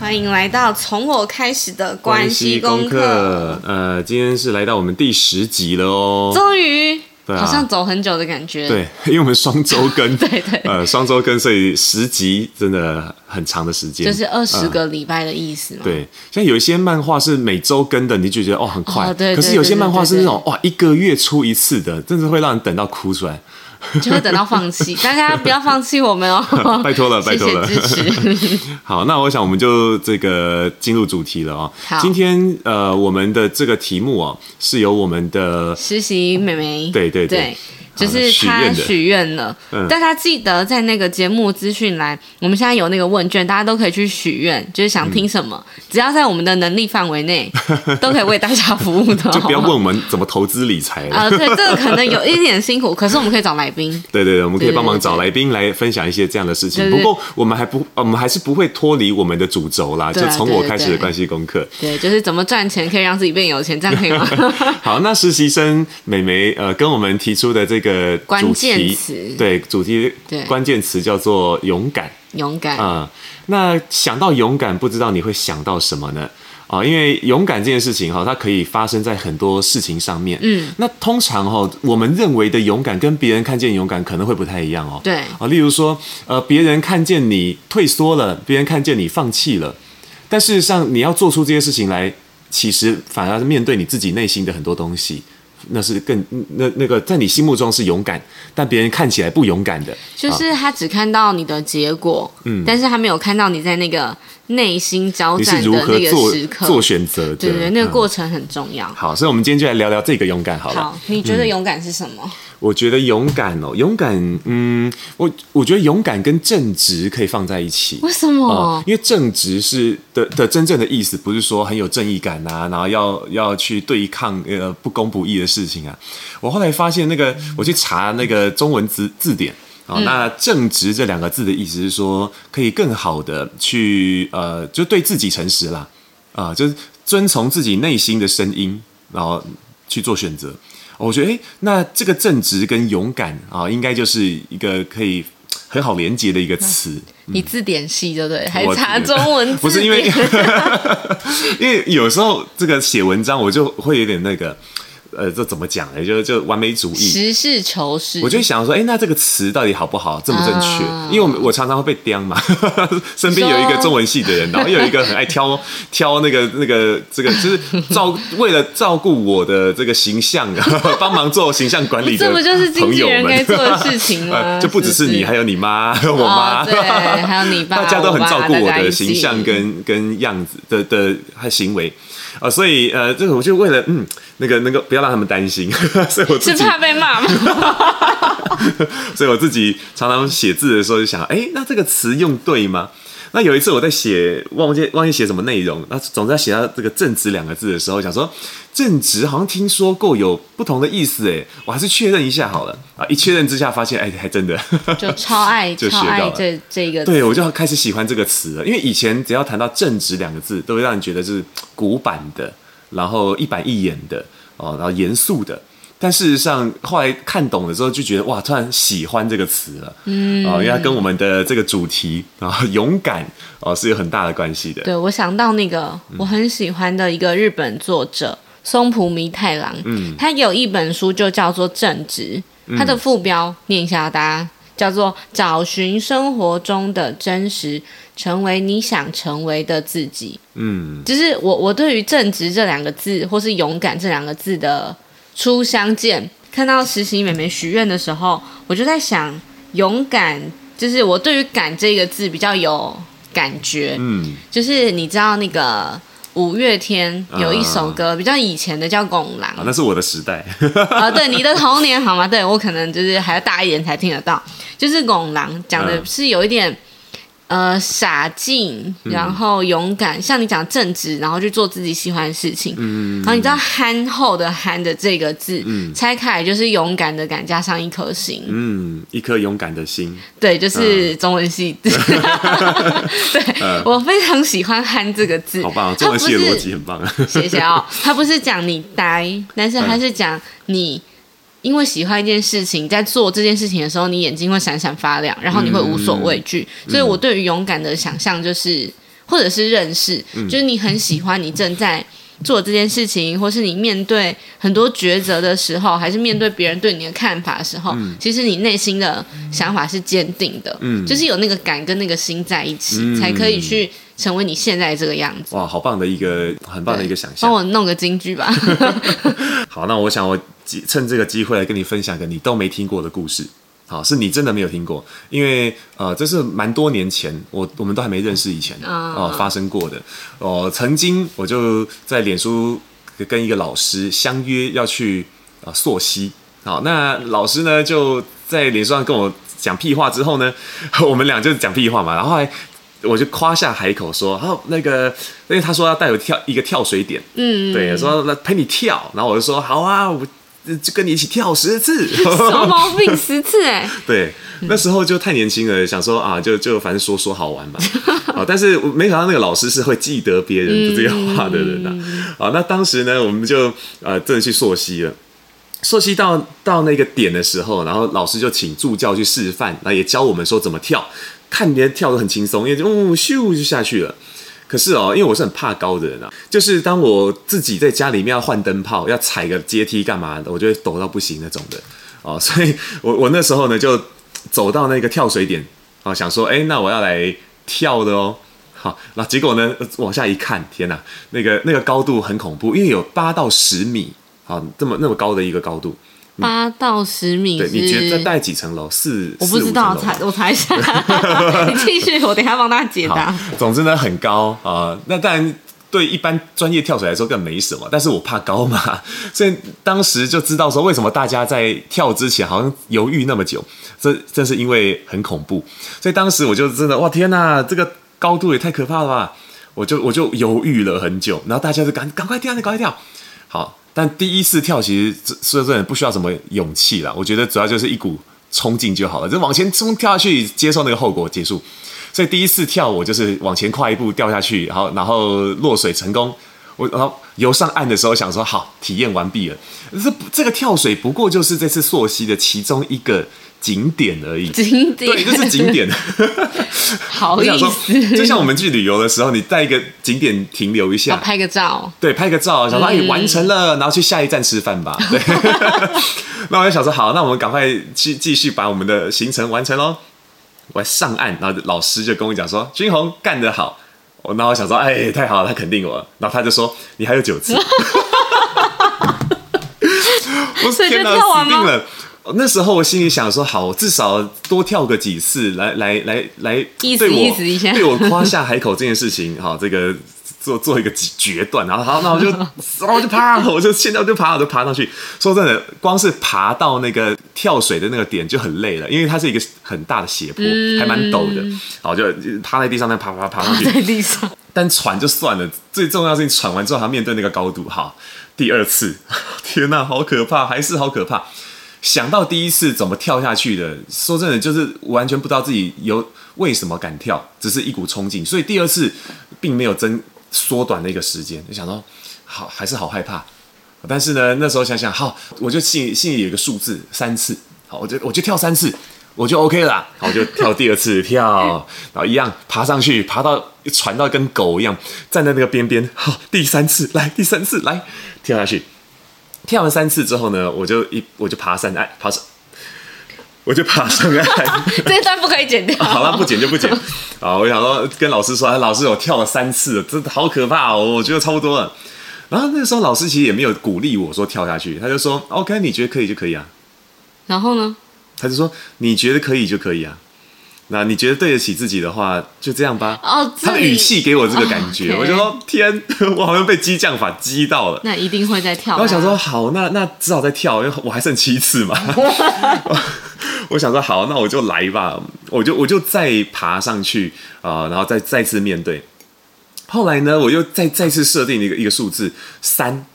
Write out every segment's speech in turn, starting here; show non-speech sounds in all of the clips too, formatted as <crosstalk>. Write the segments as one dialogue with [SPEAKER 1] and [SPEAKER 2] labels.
[SPEAKER 1] 欢迎来到从我开始的关系功课，，
[SPEAKER 2] 呃，今天是来到我们第十集了哦。
[SPEAKER 1] 终于、
[SPEAKER 2] 对啊
[SPEAKER 1] 好像走很久的感觉。
[SPEAKER 2] 对，因为我们双周
[SPEAKER 1] <laughs>
[SPEAKER 2] 更，
[SPEAKER 1] 对对对
[SPEAKER 2] 呃，双周更，所以十集真的很长的时间，
[SPEAKER 1] 就是二十
[SPEAKER 2] 嗯
[SPEAKER 1] 个礼拜的意思嘛。
[SPEAKER 2] 对，像有一些漫画是每周更的，你就觉得哦很快，
[SPEAKER 1] 哦对对
[SPEAKER 2] 可是有些
[SPEAKER 1] 对对
[SPEAKER 2] 漫画是
[SPEAKER 1] 对
[SPEAKER 2] 那
[SPEAKER 1] 对
[SPEAKER 2] 种哦哇一个月出一次的，真是会让人等到哭出来。，
[SPEAKER 1] 就会等到放弃，大家不要放弃我们哦
[SPEAKER 2] <laughs> 拜托了拜托了
[SPEAKER 1] 谢谢支
[SPEAKER 2] <laughs>
[SPEAKER 1] 持。
[SPEAKER 2] 好，那我想我们就这个进入主题了哦
[SPEAKER 1] 好。
[SPEAKER 2] 今天呃，我们的这个题目哦，是由我们的
[SPEAKER 1] 实习妹妹，
[SPEAKER 2] 对对对
[SPEAKER 1] 对，就
[SPEAKER 2] 好的
[SPEAKER 1] 是
[SPEAKER 2] 许
[SPEAKER 1] 她
[SPEAKER 2] 愿的
[SPEAKER 1] 许愿了，
[SPEAKER 2] 嗯
[SPEAKER 1] 大家记得在那个节目资讯栏，我们现在有那个问卷，大家都可以去许愿，就是
[SPEAKER 2] 嗯
[SPEAKER 1] 想听什么，只要在我们的能力范围内，都可以为大家服务的，
[SPEAKER 2] <laughs> 就不要
[SPEAKER 1] 好吗
[SPEAKER 2] 问我们怎么投资理财
[SPEAKER 1] <laughs>
[SPEAKER 2] 了。
[SPEAKER 1] 啊、对，这个可能有一点辛苦，可是我们可以找来宾。
[SPEAKER 2] 对对对，我们可以
[SPEAKER 1] 对对
[SPEAKER 2] 帮忙
[SPEAKER 1] 对
[SPEAKER 2] 找来宾来分享一些这样的事情。
[SPEAKER 1] 对
[SPEAKER 2] 不
[SPEAKER 1] 对
[SPEAKER 2] 过我们还不，我们还是不会脱离我们的主轴啦，就
[SPEAKER 1] 对啊
[SPEAKER 2] 从
[SPEAKER 1] 对
[SPEAKER 2] 我
[SPEAKER 1] 对
[SPEAKER 2] 开始
[SPEAKER 1] 对
[SPEAKER 2] 的关系功课。
[SPEAKER 1] 对，就是怎么赚钱可以让自己变有钱，这样可以吗？
[SPEAKER 2] <laughs> 好，那实习生美眉呃，跟我们提出的这个主题
[SPEAKER 1] 关键词
[SPEAKER 2] 对主题
[SPEAKER 1] 对
[SPEAKER 2] 关键词叫做勇敢
[SPEAKER 1] 勇敢，
[SPEAKER 2] 啊、那想到勇敢，不知道你会想到什么呢？啊、因为勇敢这件事情哈，它可以发生在很多事情上面。
[SPEAKER 1] 嗯，
[SPEAKER 2] 那通常哈、我们认为的勇敢跟别人看见勇敢可能会不太一样哦。
[SPEAKER 1] 对
[SPEAKER 2] 啊，例如说，呃，别人看见你退缩了，别人看见你放弃了，但事实上你要做出这些事情来，其实反而是面对你自己内心的很多东西，那是更那那个在你心目中是勇敢，但别人看起来不勇敢的，
[SPEAKER 1] 就是他只看到你的结果，嗯，但是他没有看到你在那个内心交
[SPEAKER 2] 你是
[SPEAKER 1] 哦战的
[SPEAKER 2] 如何
[SPEAKER 1] 那个
[SPEAKER 2] 做
[SPEAKER 1] 时刻，
[SPEAKER 2] 做选择的。
[SPEAKER 1] 对对，对那个
[SPEAKER 2] 嗯
[SPEAKER 1] 过程很重要。
[SPEAKER 2] 好，所以我们今天就来聊聊这个勇敢好了。嗯
[SPEAKER 1] 好，你觉得勇敢是什么？
[SPEAKER 2] 我觉得勇敢哦，勇敢，嗯，我我觉得勇敢跟正直可以放在一起。
[SPEAKER 1] <laughs> 为什
[SPEAKER 2] 啊
[SPEAKER 1] 么，？
[SPEAKER 2] 因为正直是的的真正的意思，不是说很有正义感啊，然后要要去对抗呃不公不义的事情啊。我后来发现那个，我去查那个中文字字典。啊，那正直这两个字的意思是说，可以更好的去呃，就对自己诚实啦，啊、就是遵从自己内心的声音，然后去做选择。哦我觉得，诶，那这个正直跟勇敢啊、应该就是一个可以很好连接的一个词。
[SPEAKER 1] 你字典系对不对？还
[SPEAKER 2] 嗯我 <laughs>
[SPEAKER 1] 查中文字典？
[SPEAKER 2] 不是因为， <laughs> 因为有时候这个写文章我就会有点那个，呃，这怎么讲呢？就就完美主义。
[SPEAKER 1] 实事求是，
[SPEAKER 2] 我就想说，哎、那这个词到底好不好，正不正确？
[SPEAKER 1] 啊
[SPEAKER 2] 因为我们我常常会被刁嘛， <laughs> 身边有一个中文系的人，然后又有一个很爱挑
[SPEAKER 1] <laughs>
[SPEAKER 2] 挑那个那个这个，就是照为了照顾我的这个形象， <laughs> 帮忙做形象管理的
[SPEAKER 1] 这
[SPEAKER 2] 朋
[SPEAKER 1] 不
[SPEAKER 2] 友们，
[SPEAKER 1] 就是经纪人该做的事情吗
[SPEAKER 2] <laughs> 呃就不只是
[SPEAKER 1] 是不
[SPEAKER 2] 你，
[SPEAKER 1] 是
[SPEAKER 2] 还有你妈， <laughs> 还有我妈，
[SPEAKER 1] 哦对还有你爸
[SPEAKER 2] <laughs> 大家都很照顾
[SPEAKER 1] 我
[SPEAKER 2] 我
[SPEAKER 1] 爸大家
[SPEAKER 2] 的
[SPEAKER 1] 一起
[SPEAKER 2] 形象跟跟样子的的和行为啊、呃所以呃，这个我就为了嗯，那个那个不要让他们担心， <laughs> 所以我自
[SPEAKER 1] 是
[SPEAKER 2] 己，
[SPEAKER 1] 怕被骂吗？
[SPEAKER 2] <laughs> 所以我自己常常写字的时候就想，哎，那这个词用对吗？那有一次我在写忘记忘记写什么内容，那总之在写到这个“正直”两个字的时候，想说正直好像听说过有不同的意思，哎，我还是确认一下好了啊！一确认之下发现，哎，还真的
[SPEAKER 1] 就超爱
[SPEAKER 2] <laughs> 就学
[SPEAKER 1] 超
[SPEAKER 2] 到
[SPEAKER 1] 爱
[SPEAKER 2] 了
[SPEAKER 1] 这这个
[SPEAKER 2] 对，我就开始喜欢这个词了，因为以前只要谈到正直两个字，都会让人觉得是古板的，然后一板一眼的，哦，然后严肃的。但事实上，后来看懂了之后，就觉得哇，突然喜欢这个词了，嗯，哦，因为它跟我们的这个主题啊、勇敢哦是有很大的关系的。
[SPEAKER 1] 对，嗯我想到那个我很喜欢的一个日本作者松浦弥太郎，嗯，他有一本书就叫做《正直》，它的副标念一下大家，叫做“找寻生活中的真实，成为你想成为的自己”。
[SPEAKER 2] 嗯，
[SPEAKER 1] 就是我我对于正直这两个字，或是勇敢这两个字的初相见，看到实习美眉许愿的时候，我就在想，勇敢就是我对于“敢”这个字比较有感觉。
[SPEAKER 2] 嗯，
[SPEAKER 1] 就是你知道那个五月天有一首歌、比较以前的叫《拱狼
[SPEAKER 2] 啊，》那是我的时代。
[SPEAKER 1] 啊，对你的童年好吗？对我可能就是还要大一点才听得到，就是《拱狼》讲的
[SPEAKER 2] 嗯
[SPEAKER 1] 是有一点、呃傻劲，
[SPEAKER 2] 嗯
[SPEAKER 1] 然后勇敢，像你讲正直，然后去做自己喜欢的事情。
[SPEAKER 2] 嗯
[SPEAKER 1] 然后你知道“憨厚”的“憨”的这个字，拆开来就是勇敢的“敢”加上一颗心，
[SPEAKER 2] 嗯，一颗勇敢的心。
[SPEAKER 1] 对，就是中文系。
[SPEAKER 2] 嗯
[SPEAKER 1] <laughs> 对、我非常喜欢“憨”这个字，
[SPEAKER 2] 好棒、哦，
[SPEAKER 1] 它
[SPEAKER 2] 中
[SPEAKER 1] 不
[SPEAKER 2] 文
[SPEAKER 1] 是
[SPEAKER 2] 系的逻辑很棒。
[SPEAKER 1] 谢谢哦。他不是讲你呆，但是他是讲你因为喜欢一件事情，在做这件事情的时候，你眼睛会闪闪发亮，然后你会无所畏惧。所以我对于勇敢的想象就是，或者是认识，就是你很喜欢你正在。做这件事情，或是你面对很多抉择的时候，还是面对别人对你的看法的时候，其实你内心的想法是坚定的，
[SPEAKER 2] 嗯
[SPEAKER 1] 就是有那个感跟那个心在一起，才可以去成为你现在这个样子。
[SPEAKER 2] 哇，好棒的一个，很棒的一个想象
[SPEAKER 1] 帮。我弄个金
[SPEAKER 2] <laughs>
[SPEAKER 1] 句吧。
[SPEAKER 2] 好，那我想我机趁这个机会来跟你分享个你都没听过的故事。好，是你真的没有听过，因为呃，这是蛮多年前，我我们都还没认识以前
[SPEAKER 1] 啊
[SPEAKER 2] 哦、发生过的。哦、曾经我就在脸书跟一个老师相约要去啊溯溪。好，那老师呢就在脸书上跟我讲屁话之后呢， <laughs> 我们俩就讲屁话嘛，然后后来我就夸下海口说，然后那个，因为他说要带我跳一个跳水点，
[SPEAKER 1] 嗯，
[SPEAKER 2] 对，说那陪你跳，然后我就说好啊，我呃就跟你一起跳十次。 <laughs>
[SPEAKER 1] 什么毛病十次哎、
[SPEAKER 2] 对，那时候就太年轻了，想说啊，就就反正说说好玩嘛。啊，但是我没想到那个老师是会记得别人这些话的人啊。啊，那当时呢，我们就呃真的去溯溪了。溯溪到到那个点的时候，然后老师就请助教去示范，那也教我们说怎么跳，看别人跳得很轻松，因为就嗯咻就下去了。可是哦，因为我是很怕高的人啊，就是当我自己在家里面要换灯泡、要踩个阶梯干嘛的，我就会抖到不行那种的哦。所以我我那时候呢，就走到那个跳水点啊、哦，想说，哎、那我要来跳的哦。好，那结果呢，呃往下一看，天哪，那个那个高度很恐怖，因为有八到十米，好，这么那么高的一个高度。
[SPEAKER 1] 八到十米
[SPEAKER 2] 嗯对，
[SPEAKER 1] 是，
[SPEAKER 2] 你觉得大概几层楼？四，
[SPEAKER 1] 我不知道，
[SPEAKER 2] 四五层楼吧
[SPEAKER 1] 猜我猜一下，
[SPEAKER 2] <laughs>
[SPEAKER 1] 你继续，我等一下帮大家解答
[SPEAKER 2] 好。，总之呢，很高啊、呃那当然。对一般专业跳水来说更没什么，但是我怕高嘛， <laughs> 所以当时就知道说为什么大家在跳之前好像犹豫那么久，这正是因为很恐怖，所以当时我就真的哇天哪，这个高度也太可怕了吧！我就我就犹豫了很久，然后大家就赶赶快跳，你赶快跳。好，但第一次跳其实这说真的不需要什么勇气啦，我觉得主要就是一股冲劲就好了，就往前冲跳下去，接受那个后果结束。所以第一次跳我就是往前跨一步掉下去，然后然后落水成功。我然后游上岸的时候想说好，体验完毕了。这这个跳水不过就是这次溯溪的其中一个景点而已。
[SPEAKER 1] 景点，
[SPEAKER 2] 对，就是景，点。 <laughs>
[SPEAKER 1] 好
[SPEAKER 2] 我
[SPEAKER 1] 意
[SPEAKER 2] 想说，
[SPEAKER 1] 思，
[SPEAKER 2] 就像我们去旅游的时候，你在一个景点停留一
[SPEAKER 1] 要
[SPEAKER 2] 下，
[SPEAKER 1] 拍个照，
[SPEAKER 2] 对，拍个照，想说哎，完成了，
[SPEAKER 1] 嗯
[SPEAKER 2] 然后去下一站吃饭吧。对，
[SPEAKER 1] <laughs>
[SPEAKER 2] 那我就想说，好，那我们赶快去继续把我们的行程完成喽。我上岸，然后老师就跟我讲说，君宏干得好。我然后我想说，哎，太好了，他肯定我了。然后他就说，你还有九
[SPEAKER 1] <laughs>
[SPEAKER 2] 次。我
[SPEAKER 1] 所以就
[SPEAKER 2] 天哪，
[SPEAKER 1] 跳完
[SPEAKER 2] 死
[SPEAKER 1] 吗
[SPEAKER 2] 定了！那时候我心里想说，好，我至少多跳个几次，来来来来，
[SPEAKER 1] 意思
[SPEAKER 2] 对我
[SPEAKER 1] 意思一下
[SPEAKER 2] 对我夸下海口这件事情，好，这个做做一个决断，然后好，那我就然后我就爬，我就现在我就爬，我就爬上去。说真的，光是爬到那个跳水的那个点就很累了，因为它是一个很大的斜坡，还蛮陡的，好就趴在地上那爬爬爬上去，
[SPEAKER 1] 嗯在地上，
[SPEAKER 2] 但喘就算了，最重要的是你喘完之后还要面对那个高度。好，第二次， <laughs> 天哪、好可怕，还是好可怕。想到第一次怎么跳下去的，说真的，就是完全不知道自己有为什么敢跳，只是一股冲劲，所以第二次并没有增缩短那个时间，就想到好还是好害怕。但是呢，那时候想想，好，我就心里心里有一个数字，三次，好，我就我就跳三次，我就 OK 了啦，好，我就跳第二次跳， <laughs> 然后一样爬上去，爬到传到跟狗一样，站在那个边边，好，第三次来，第三次来，跳下去，跳完三次之后呢，我就一我就爬上岸，爬上，我就爬上岸。
[SPEAKER 1] 这段不可以剪掉。
[SPEAKER 2] <laughs> 好了，不剪就
[SPEAKER 1] <laughs>
[SPEAKER 2] 不剪。好，我想说跟老师说，哎老师我跳了三次了，真的好可怕哦，我觉得差不多了。然后那时候老师其实也没有鼓励我说跳下去，他就说 OK，你觉得可以就可以啊。
[SPEAKER 1] 然后呢？
[SPEAKER 2] 他就说你觉得可以就可以啊。那你觉得对得起自己的话，就这样吧。
[SPEAKER 1] 哦自己
[SPEAKER 2] 他的语气给我这个感觉，
[SPEAKER 1] 哦，OK
[SPEAKER 2] 我就说天， <laughs> 我好像被激将法激到了。
[SPEAKER 1] 那一定会再跳、
[SPEAKER 2] 然
[SPEAKER 1] 啊。
[SPEAKER 2] 后想说好，那那只好再跳，因为我还剩七次
[SPEAKER 1] <laughs>
[SPEAKER 2] 嘛。我想说好，那我就来吧，我就我就再爬上去啊、呃然后再再次面对。后来呢，我又再再次设定了一个一个数字三。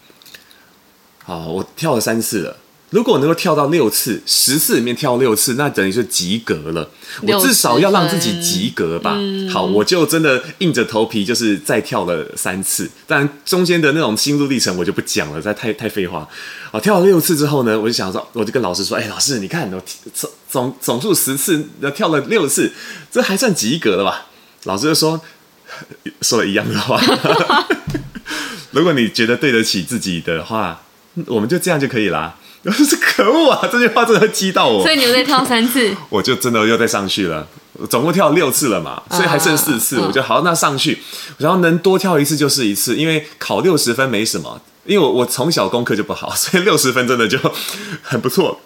[SPEAKER 2] 好，我跳了三次了。如果我能够跳到六次，十次里面跳六次，那等于是及格了。我
[SPEAKER 1] 六十
[SPEAKER 2] 至少要让自己
[SPEAKER 1] 分
[SPEAKER 2] 及格吧。好，我就真的硬着头皮，就是再跳了三次。但中间的那种心路历程我就不讲了，实在太太废话。啊，跳了六次之后呢，我就想说，我就跟老师说，哎、老师，你看我总总总数十次，呃跳了六次，这还算及格了吧？老师就说，说了一样的话。 <laughs> 如果你觉得对得起自己的话，我们就这样就可以啦。 <laughs> 我说可恶啊！这句话真的激到我
[SPEAKER 1] 所，以你又再跳三次，
[SPEAKER 2] <laughs> 我就真的又再上去了。我总共跳了六次了嘛，所以还剩四次，
[SPEAKER 1] 嗯
[SPEAKER 2] 我就好，那上去，然后能多跳一次就是一次，因为考六十分没什么，因为我我从小功课就不好， <laughs> 所以六十分真的就很不错。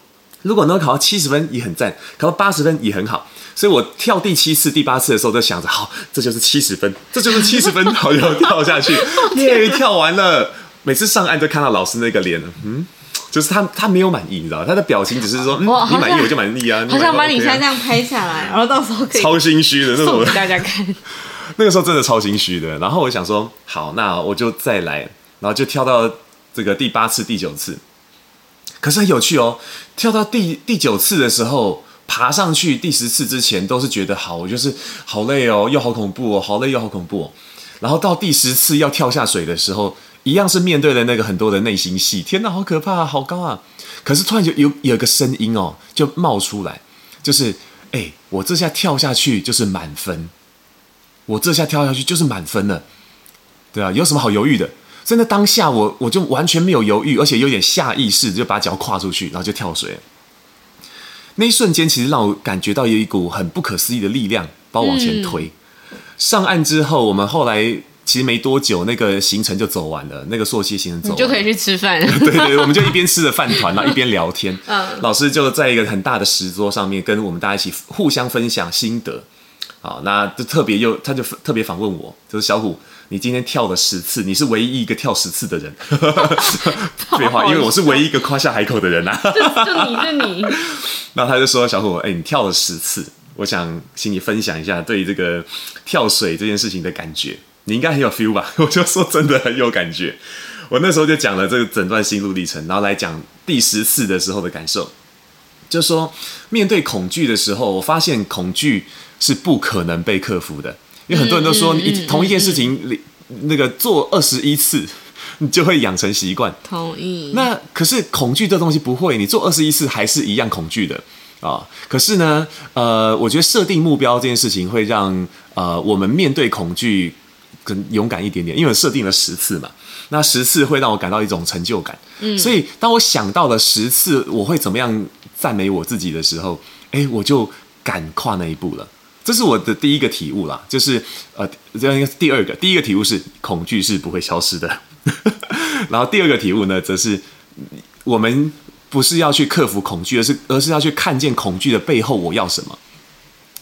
[SPEAKER 2] 如果能考到七十分也很赞，考到八十分也很好。所以我跳第七次、第八次的时候，就想着，好，这就是七十分，这就是七十分，好，就跳
[SPEAKER 1] <laughs>
[SPEAKER 2] 下去，耶，跳完了。每次上岸就看到老师那个脸，嗯，就是他他没有满意，你知道，他的表情只是说，嗯
[SPEAKER 1] 哇，
[SPEAKER 2] 你
[SPEAKER 1] 好
[SPEAKER 2] 满意
[SPEAKER 1] 像
[SPEAKER 2] 我就满意啊，
[SPEAKER 1] 好
[SPEAKER 2] 像
[SPEAKER 1] 想把你现在这样拍下来，然后到时候可以
[SPEAKER 2] 超心虚的那
[SPEAKER 1] 送
[SPEAKER 2] 种
[SPEAKER 1] 给，大家看。
[SPEAKER 2] 那个时候真的超心虚的。然后我想说，好，那我就再来，然后就跳到这个第八次、第九次。可是很有趣哦，跳到第第九次的时候，爬上去第十次之前都是觉得好，我就是好累哦，又好恐怖哦，好累又好恐怖哦。然后到第十次要跳下水的时候，一样是面对了那个很多的内心戏，天哪，好可怕、啊，好高啊！可是突然就有有一个声音哦，就冒出来，就是哎、我这下跳下去就是满分，我这下跳下去就是满分了，对啊，有什么好犹豫的？真的当下我我就完全没有犹豫，而且有点下意识就把脚跨出去，然后就跳水了。那一瞬间，其实让我感觉到有一股很不可思议的力量把我往前推。
[SPEAKER 1] 嗯
[SPEAKER 2] 上岸之后，我们后来其实没多久，那个行程就走完了，那个朔溪行程走
[SPEAKER 1] 你
[SPEAKER 2] 完
[SPEAKER 1] 就
[SPEAKER 2] 了
[SPEAKER 1] 可以去吃
[SPEAKER 2] <laughs>
[SPEAKER 1] 饭。 <laughs>
[SPEAKER 2] 对对，我们就一边吃着饭团，然后一边聊天。
[SPEAKER 1] 嗯
[SPEAKER 2] 老师就在一个很大的石桌上面跟我们大家一起互相分享心得。好，那就特别又他就特别访问我，就是小虎，你今天跳了十次，你是唯一一个跳十次的人。废话，因为我是唯一一个夸下海口的人啊。
[SPEAKER 1] 就你就你，
[SPEAKER 2] 然后他就说：“小虎，哎、你跳了十次，我想请你分享一下对于这个跳水这件事情的感觉，你应该很有 feel 吧？” <laughs> 我就说真的很有感觉。我那时候就讲了这个整段心路历程，然后来讲第十次的时候的感受，就说面对恐惧的时候，我发现恐惧是不可能被克服的，因为很多人都说你一同一件事情你那个做二十一次， <laughs> 你就会养成习惯。
[SPEAKER 1] 同意。
[SPEAKER 2] 那可是恐惧这东西不会，你做二十一次还是一样恐惧的啊、可是呢，呃，我觉得设定目标这件事情会让呃我们面对恐惧更勇敢一点点，因为我设定了十次嘛。那十次会让我感到一种成就感，嗯，所以当我想到了十次我会怎么样赞美我自己的时候，哎，我就敢跨那一步了。这是我的第一个体悟啦，就是呃，这应该是第二个，第一个体悟是恐惧是不会消失的， <laughs> 然后第二个体悟呢，则是我们不是要去克服恐惧，而是而是要去看见恐惧的背后我要什么。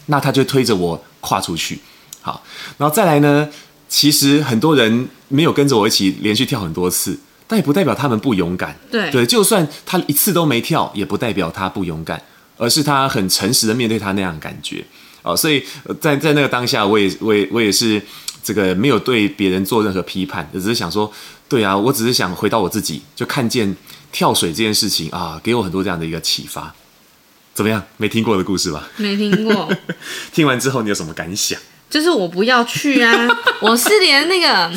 [SPEAKER 2] 那他就推着我跨出去。好，然后再来呢，其实很多人没有跟着我一起连续跳很多次，但也不代表他们不勇敢。
[SPEAKER 1] 对
[SPEAKER 2] 对，就算他一次都没跳，也不代表他不勇敢，而是他很诚实的面对他那样的感觉。哦，所以呃在在那个当下，我也我也我也是这个没有对别人做任何批判，只是想说，对啊，我只是想回到我自己，就看见跳水这件事情啊，给我很多这样的一个启发。怎么样？没听过的故事吧？
[SPEAKER 1] 没听过，
[SPEAKER 2] 听完之后你有什么感想？
[SPEAKER 1] 就是我不要去
[SPEAKER 2] <laughs>
[SPEAKER 1] 啊！我是连那个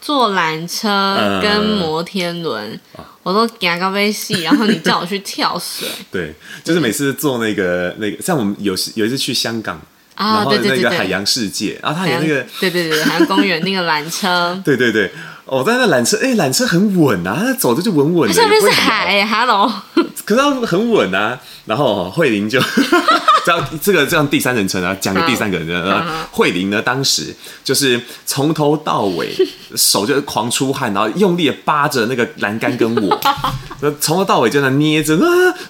[SPEAKER 1] 坐缆
[SPEAKER 2] 嗯
[SPEAKER 1] 车跟摩天轮，
[SPEAKER 2] 哦
[SPEAKER 1] 我都牙膏被戏，然后你叫我去跳
[SPEAKER 2] <laughs>
[SPEAKER 1] 水
[SPEAKER 2] 对，就是每次做那个那个，像我们有时有一次去香港，
[SPEAKER 1] 啊
[SPEAKER 2] 然后
[SPEAKER 1] 对对
[SPEAKER 2] 那
[SPEAKER 1] 对
[SPEAKER 2] 个
[SPEAKER 1] 对
[SPEAKER 2] 海洋世界，然后它
[SPEAKER 1] 海
[SPEAKER 2] 有
[SPEAKER 1] 洋，
[SPEAKER 2] 那个，，
[SPEAKER 1] 对对对，海洋公园那个缆车
[SPEAKER 2] 对对对，哦，但那缆车，哎，缆车很稳啊，它走着就稳稳
[SPEAKER 1] 它
[SPEAKER 2] 的，
[SPEAKER 1] 下面
[SPEAKER 2] 也不
[SPEAKER 1] 是
[SPEAKER 2] 会摇，
[SPEAKER 1] 海，Hello，
[SPEAKER 2] 可是它很稳啊。然后哦慧玲就。这样这个这样第三人称啊，讲给第三个人呢。呃慧玲呢，当时就是从头到尾手就是狂出汗，然后用力的扒着那个栏杆跟我，呃从头到尾就在那捏着啊，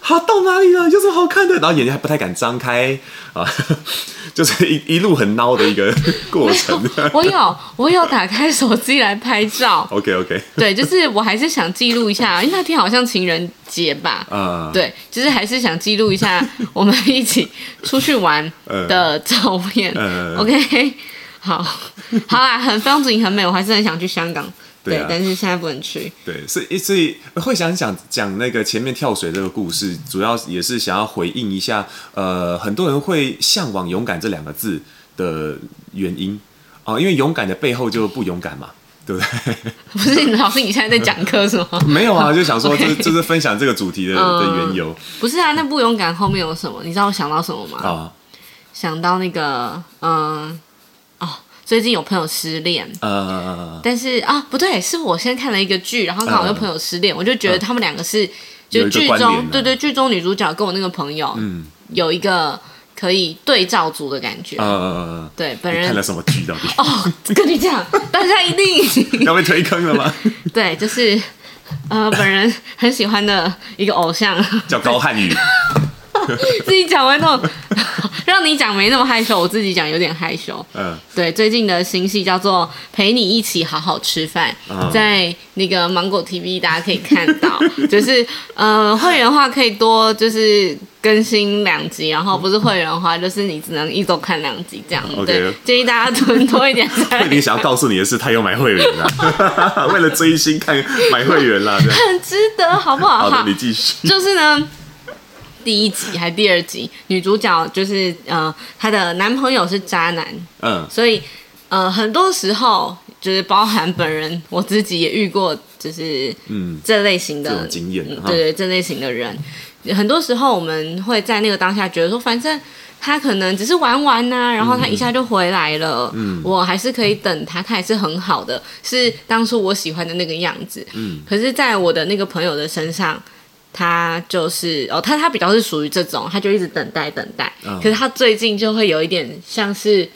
[SPEAKER 2] 好到哪里了？有什么好看的？然后眼睛还不太敢张开啊， <laughs> 就是一一路很孬的一个过
[SPEAKER 1] <laughs>
[SPEAKER 2] 程。
[SPEAKER 1] 我有我有打开手机来拍照，
[SPEAKER 2] OK OK，
[SPEAKER 1] 对，就是我还是想记录一下，因为那天好像情人节吧，
[SPEAKER 2] 啊、
[SPEAKER 1] 对，就是还是想记录一
[SPEAKER 2] <laughs>
[SPEAKER 1] 下我们一起出去玩的照片。
[SPEAKER 2] 嗯嗯嗯
[SPEAKER 1] OK，好， <laughs> 好啦，很风景很美，我还是很想去香港。
[SPEAKER 2] 对啊
[SPEAKER 1] 但是现在不能去。
[SPEAKER 2] 对，所以所以会想讲讲那个前面跳水这个故事，主要也是想要回应一下，呃，很多人会向往勇敢这两个字的原因啊、因为勇敢的背后就不勇敢嘛，对不对？ <laughs>
[SPEAKER 1] 不是老师，你现在在讲课是吗？
[SPEAKER 2] 没有啊，就想说
[SPEAKER 1] OK
[SPEAKER 2] 这这是分享这个主题的的缘由
[SPEAKER 1] <laughs> 不是啊，那不勇敢后面有什么？你知道我想到什么吗？
[SPEAKER 2] 啊，
[SPEAKER 1] 想到那个，嗯，哦，最近有朋友失恋，
[SPEAKER 2] 呃，
[SPEAKER 1] 但是啊，不对，是我先看了一个剧，然后刚好有
[SPEAKER 2] 嗯
[SPEAKER 1] 朋友失恋，我就觉得他们两个是，就
[SPEAKER 2] 有一个
[SPEAKER 1] 剧
[SPEAKER 2] 关联
[SPEAKER 1] 中，
[SPEAKER 2] 啊
[SPEAKER 1] 对对，剧中女主角跟我那个朋友，嗯，有一个可以对照组的感觉。
[SPEAKER 2] 呃，
[SPEAKER 1] 对，本
[SPEAKER 2] 你看
[SPEAKER 1] 人
[SPEAKER 2] 了什么剧到底？
[SPEAKER 1] 哦，跟你讲， <laughs> 大家一定
[SPEAKER 2] 要被推坑了吗？
[SPEAKER 1] 对，就是呃，本人很喜欢的一个偶像， <laughs>
[SPEAKER 2] 叫高瀚宇，
[SPEAKER 1] 自己讲完都 <laughs> 让你讲没那么害羞，我自己讲有点害羞。
[SPEAKER 2] 嗯、
[SPEAKER 1] 对，最近的新戏叫做《陪你一起好好吃饭》，
[SPEAKER 2] 嗯
[SPEAKER 1] 在那个芒果 TV 大家可以看
[SPEAKER 2] <laughs>
[SPEAKER 1] 到，就是呃会员的话可以多就是更新两集，然后不是会员的话，就是你只能一周看两集这样。
[SPEAKER 2] 嗯 OK
[SPEAKER 1] 对，建议大家囤多一点才。
[SPEAKER 2] 慧玲想要告 <laughs> 诉你的是，他有买会员啦，为了 <laughs> 追星看买会员啦，这样。
[SPEAKER 1] 很值得，好不好？
[SPEAKER 2] 好
[SPEAKER 1] 哈
[SPEAKER 2] 的，你继续。
[SPEAKER 1] 就是呢，第一集还第二集，女主角就是呃她的男朋友是渣男，
[SPEAKER 2] 嗯
[SPEAKER 1] 所以呃，很多时候就是包含本人我自己也遇过，就是
[SPEAKER 2] 嗯
[SPEAKER 1] 这类型的
[SPEAKER 2] 这种经验
[SPEAKER 1] 嗯
[SPEAKER 2] 哈
[SPEAKER 1] 对对，这类型的人，很多时候我们会在那个当下觉得说，反正。他可能只是玩玩呐、然后他一下就回来了，嗯，我还是可以等他，他也是很好的，是当初我喜欢的那个样子，嗯。可是，在我的那个朋友的身上，他就是哦，他他比较是属于这种，他就一直等待等待，
[SPEAKER 2] 嗯
[SPEAKER 1] 可是他最近就会有一点像是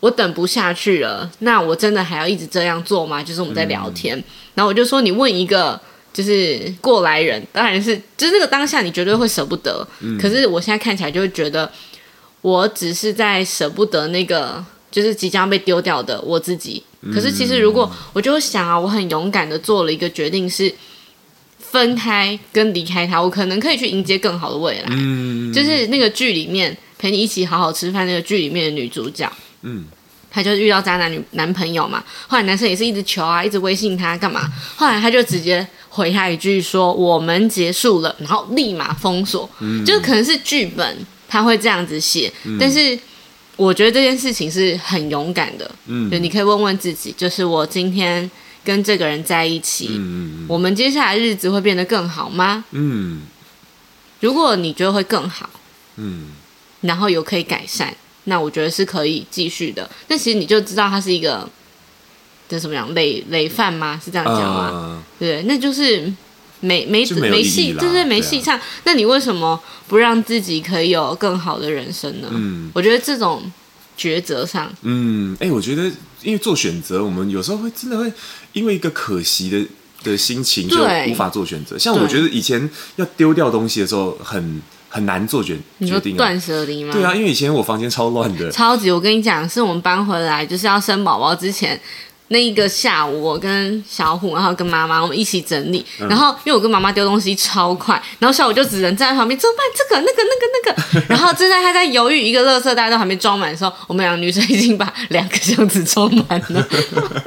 [SPEAKER 1] 我等不下去了，那我真的还要一直这样做吗？就是我们在聊
[SPEAKER 2] 嗯
[SPEAKER 1] 天，然后我就说你问一个就是过来人，当然是就是那个当下你绝对会舍不得，可是我现在看起来就会觉得我只是在舍不得那个就是即将被丢掉的我自己。可是其实如果我就会想啊，我很勇敢的做了一个决定是。分开跟离开他，我可能可以去迎接更好的未来。
[SPEAKER 2] 嗯，
[SPEAKER 1] 就是那个剧里面陪你一起好好吃饭那个剧里面的女主角，
[SPEAKER 2] 嗯，
[SPEAKER 1] 她就遇到渣男女男朋友嘛，后来男生也是一直求啊，一直微信她干嘛，后来她就直接回她一句说我们结束了，然后立马封锁，嗯、就可能是剧本他会这样子写，但是。我觉得这件事情是很勇敢的，嗯，就你可以问问自己，就是我今天跟这个人在一起，嗯、我们接下来日子会变得更好吗？
[SPEAKER 2] 嗯
[SPEAKER 1] 如果你觉得会更好，
[SPEAKER 2] 嗯
[SPEAKER 1] 然后有可以改善，那我觉得是可以继续的。但其实你就知道它是一个，这怎么讲累累犯吗？是这样讲吗？
[SPEAKER 2] 啊，
[SPEAKER 1] 对，那就是没没
[SPEAKER 2] 就没有意义
[SPEAKER 1] 戏，
[SPEAKER 2] 啦
[SPEAKER 1] 对对，
[SPEAKER 2] 对啊
[SPEAKER 1] 没戏唱。那你为什么不让自己可以有更好的人生呢？
[SPEAKER 2] 嗯
[SPEAKER 1] 我觉得这种抉择上，
[SPEAKER 2] 嗯，哎、我觉得因为做选择，我们有时候会真的会因为一个可惜的的心情就
[SPEAKER 1] 对
[SPEAKER 2] 无法做选择。像
[SPEAKER 1] 对
[SPEAKER 2] 我觉得以前要丢掉东西的时候很，很难做决
[SPEAKER 1] 你
[SPEAKER 2] 决
[SPEAKER 1] 说
[SPEAKER 2] 定、
[SPEAKER 1] 断舍离吗？
[SPEAKER 2] 对啊，因为以前我房间超乱的，
[SPEAKER 1] 超级！我跟你讲，是我们搬回来就是要生宝宝之前那一个下午，我跟小虎，然后跟妈妈我们一起整理。然后因为我跟妈妈丢东西超快，然后小虎就只能站在旁边，怎么办？这个、那个、那个、 <laughs> 那个。然后正在他在犹豫一个垃圾袋都还没装满的时候，我们两个女生已经把两个箱子装满 <laughs> 了。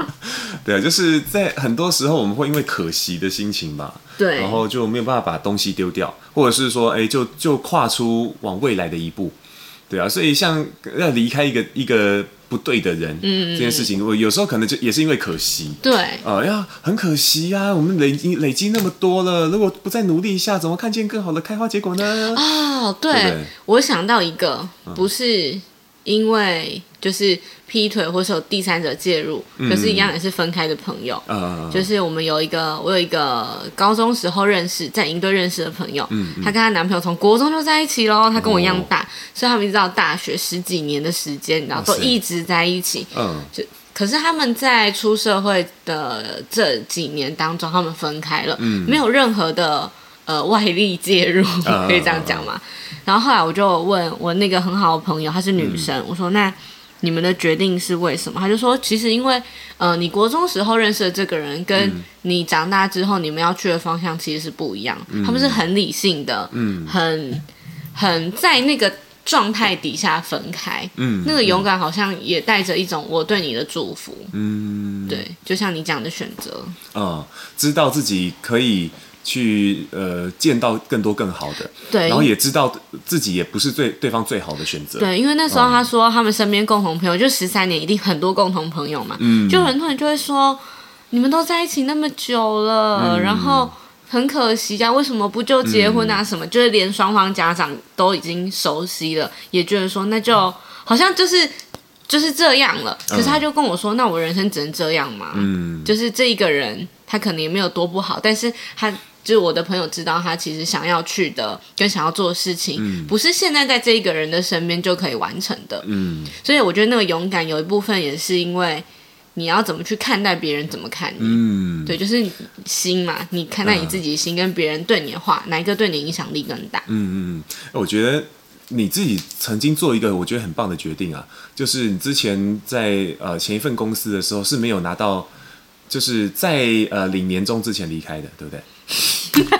[SPEAKER 2] 对啊，就是在很多时候我们会因为可惜的心情吧，
[SPEAKER 1] 对
[SPEAKER 2] 然后就没有办法把东西丢掉，或者是说，哎，就就跨出往未来的一步，对啊，所以像要离开一个一个不对的人，嗯，这件事情，我有时候可能就也是因为可惜。
[SPEAKER 1] 对，
[SPEAKER 2] 啊呀，很可惜呀、我们累积累积那么多了，如果不再努力一下，怎么看见更好的开花结果呢？
[SPEAKER 1] 哦，对，嗯
[SPEAKER 2] 对不对
[SPEAKER 1] 我想到一个，不是因为就是劈腿或是有第三者介入，可是一样也是分开的朋友。
[SPEAKER 2] 呃，
[SPEAKER 1] 啊就是我们有一个，我有一个高中时候认识，在营队认识的朋友，
[SPEAKER 2] 嗯
[SPEAKER 1] 她跟她男朋友从国中就在一起喽，她跟我一样大，所以他们一直到大学十几年的时间，然后
[SPEAKER 2] 哦哇
[SPEAKER 1] 都
[SPEAKER 2] 塞
[SPEAKER 1] 一直在一起。
[SPEAKER 2] 嗯，
[SPEAKER 1] 就可是他们在出社会的这几年当中，他们分开了，没有任何的呃外力介入，
[SPEAKER 2] 嗯 <laughs> 啊
[SPEAKER 1] 可以这样讲嘛？然后后来我就问我那个很好的朋友，她是女生，
[SPEAKER 2] 嗯
[SPEAKER 1] 我说那。你们的决定是为什么？她就说，其实因为，呃，你国中时候认识的这个人，跟
[SPEAKER 2] 嗯
[SPEAKER 1] 你长大之后你们要去的方向其实是不一样。
[SPEAKER 2] 嗯
[SPEAKER 1] 他们是很理性的，嗯，很很在那个状态底下分开，
[SPEAKER 2] 嗯
[SPEAKER 1] 那个勇敢好像也带着一种我对你的祝福，嗯，对，就像你讲的选择，
[SPEAKER 2] 嗯，知道自己可以去呃见到更多更好的，
[SPEAKER 1] 对
[SPEAKER 2] 然后也知道自己也不是最对方最好的选择，
[SPEAKER 1] 对，因为那时
[SPEAKER 2] 哦
[SPEAKER 1] 候他说他们身边共同朋友就十三年，一定很多共同朋友嘛，
[SPEAKER 2] 嗯，
[SPEAKER 1] 就很多人就会说你们都在一起那么久了，
[SPEAKER 2] 嗯
[SPEAKER 1] 然后很可惜呀、为什么不就结婚
[SPEAKER 2] 嗯
[SPEAKER 1] 啊？什么、就是连双方家长都已经熟悉了，也觉得说那
[SPEAKER 2] 嗯
[SPEAKER 1] 就好像就是。就是这样了，可是他就跟我说：“那我人生只能这样嘛。”
[SPEAKER 2] 嗯
[SPEAKER 1] 就是这一个人，他可能也没有多不好，但是他就是我的朋友知道他其实想要去的跟想要做的事情，不是现在在这一个人的身边就可以完成的。
[SPEAKER 2] 嗯
[SPEAKER 1] 所以我觉得那个勇敢有一部分也是因为你要怎么去看待别人怎么看你，
[SPEAKER 2] 嗯，
[SPEAKER 1] 对，就是你心嘛，你看待你自己的心跟别人对你的话，哪一个对你影响力更大？
[SPEAKER 2] 嗯嗯，嗯，我觉得你自己曾经做一个我觉得很棒的决定啊，就是你之前在呃前一份公司的时候是没有拿到，就是在呃领年终之前离开的，对不对？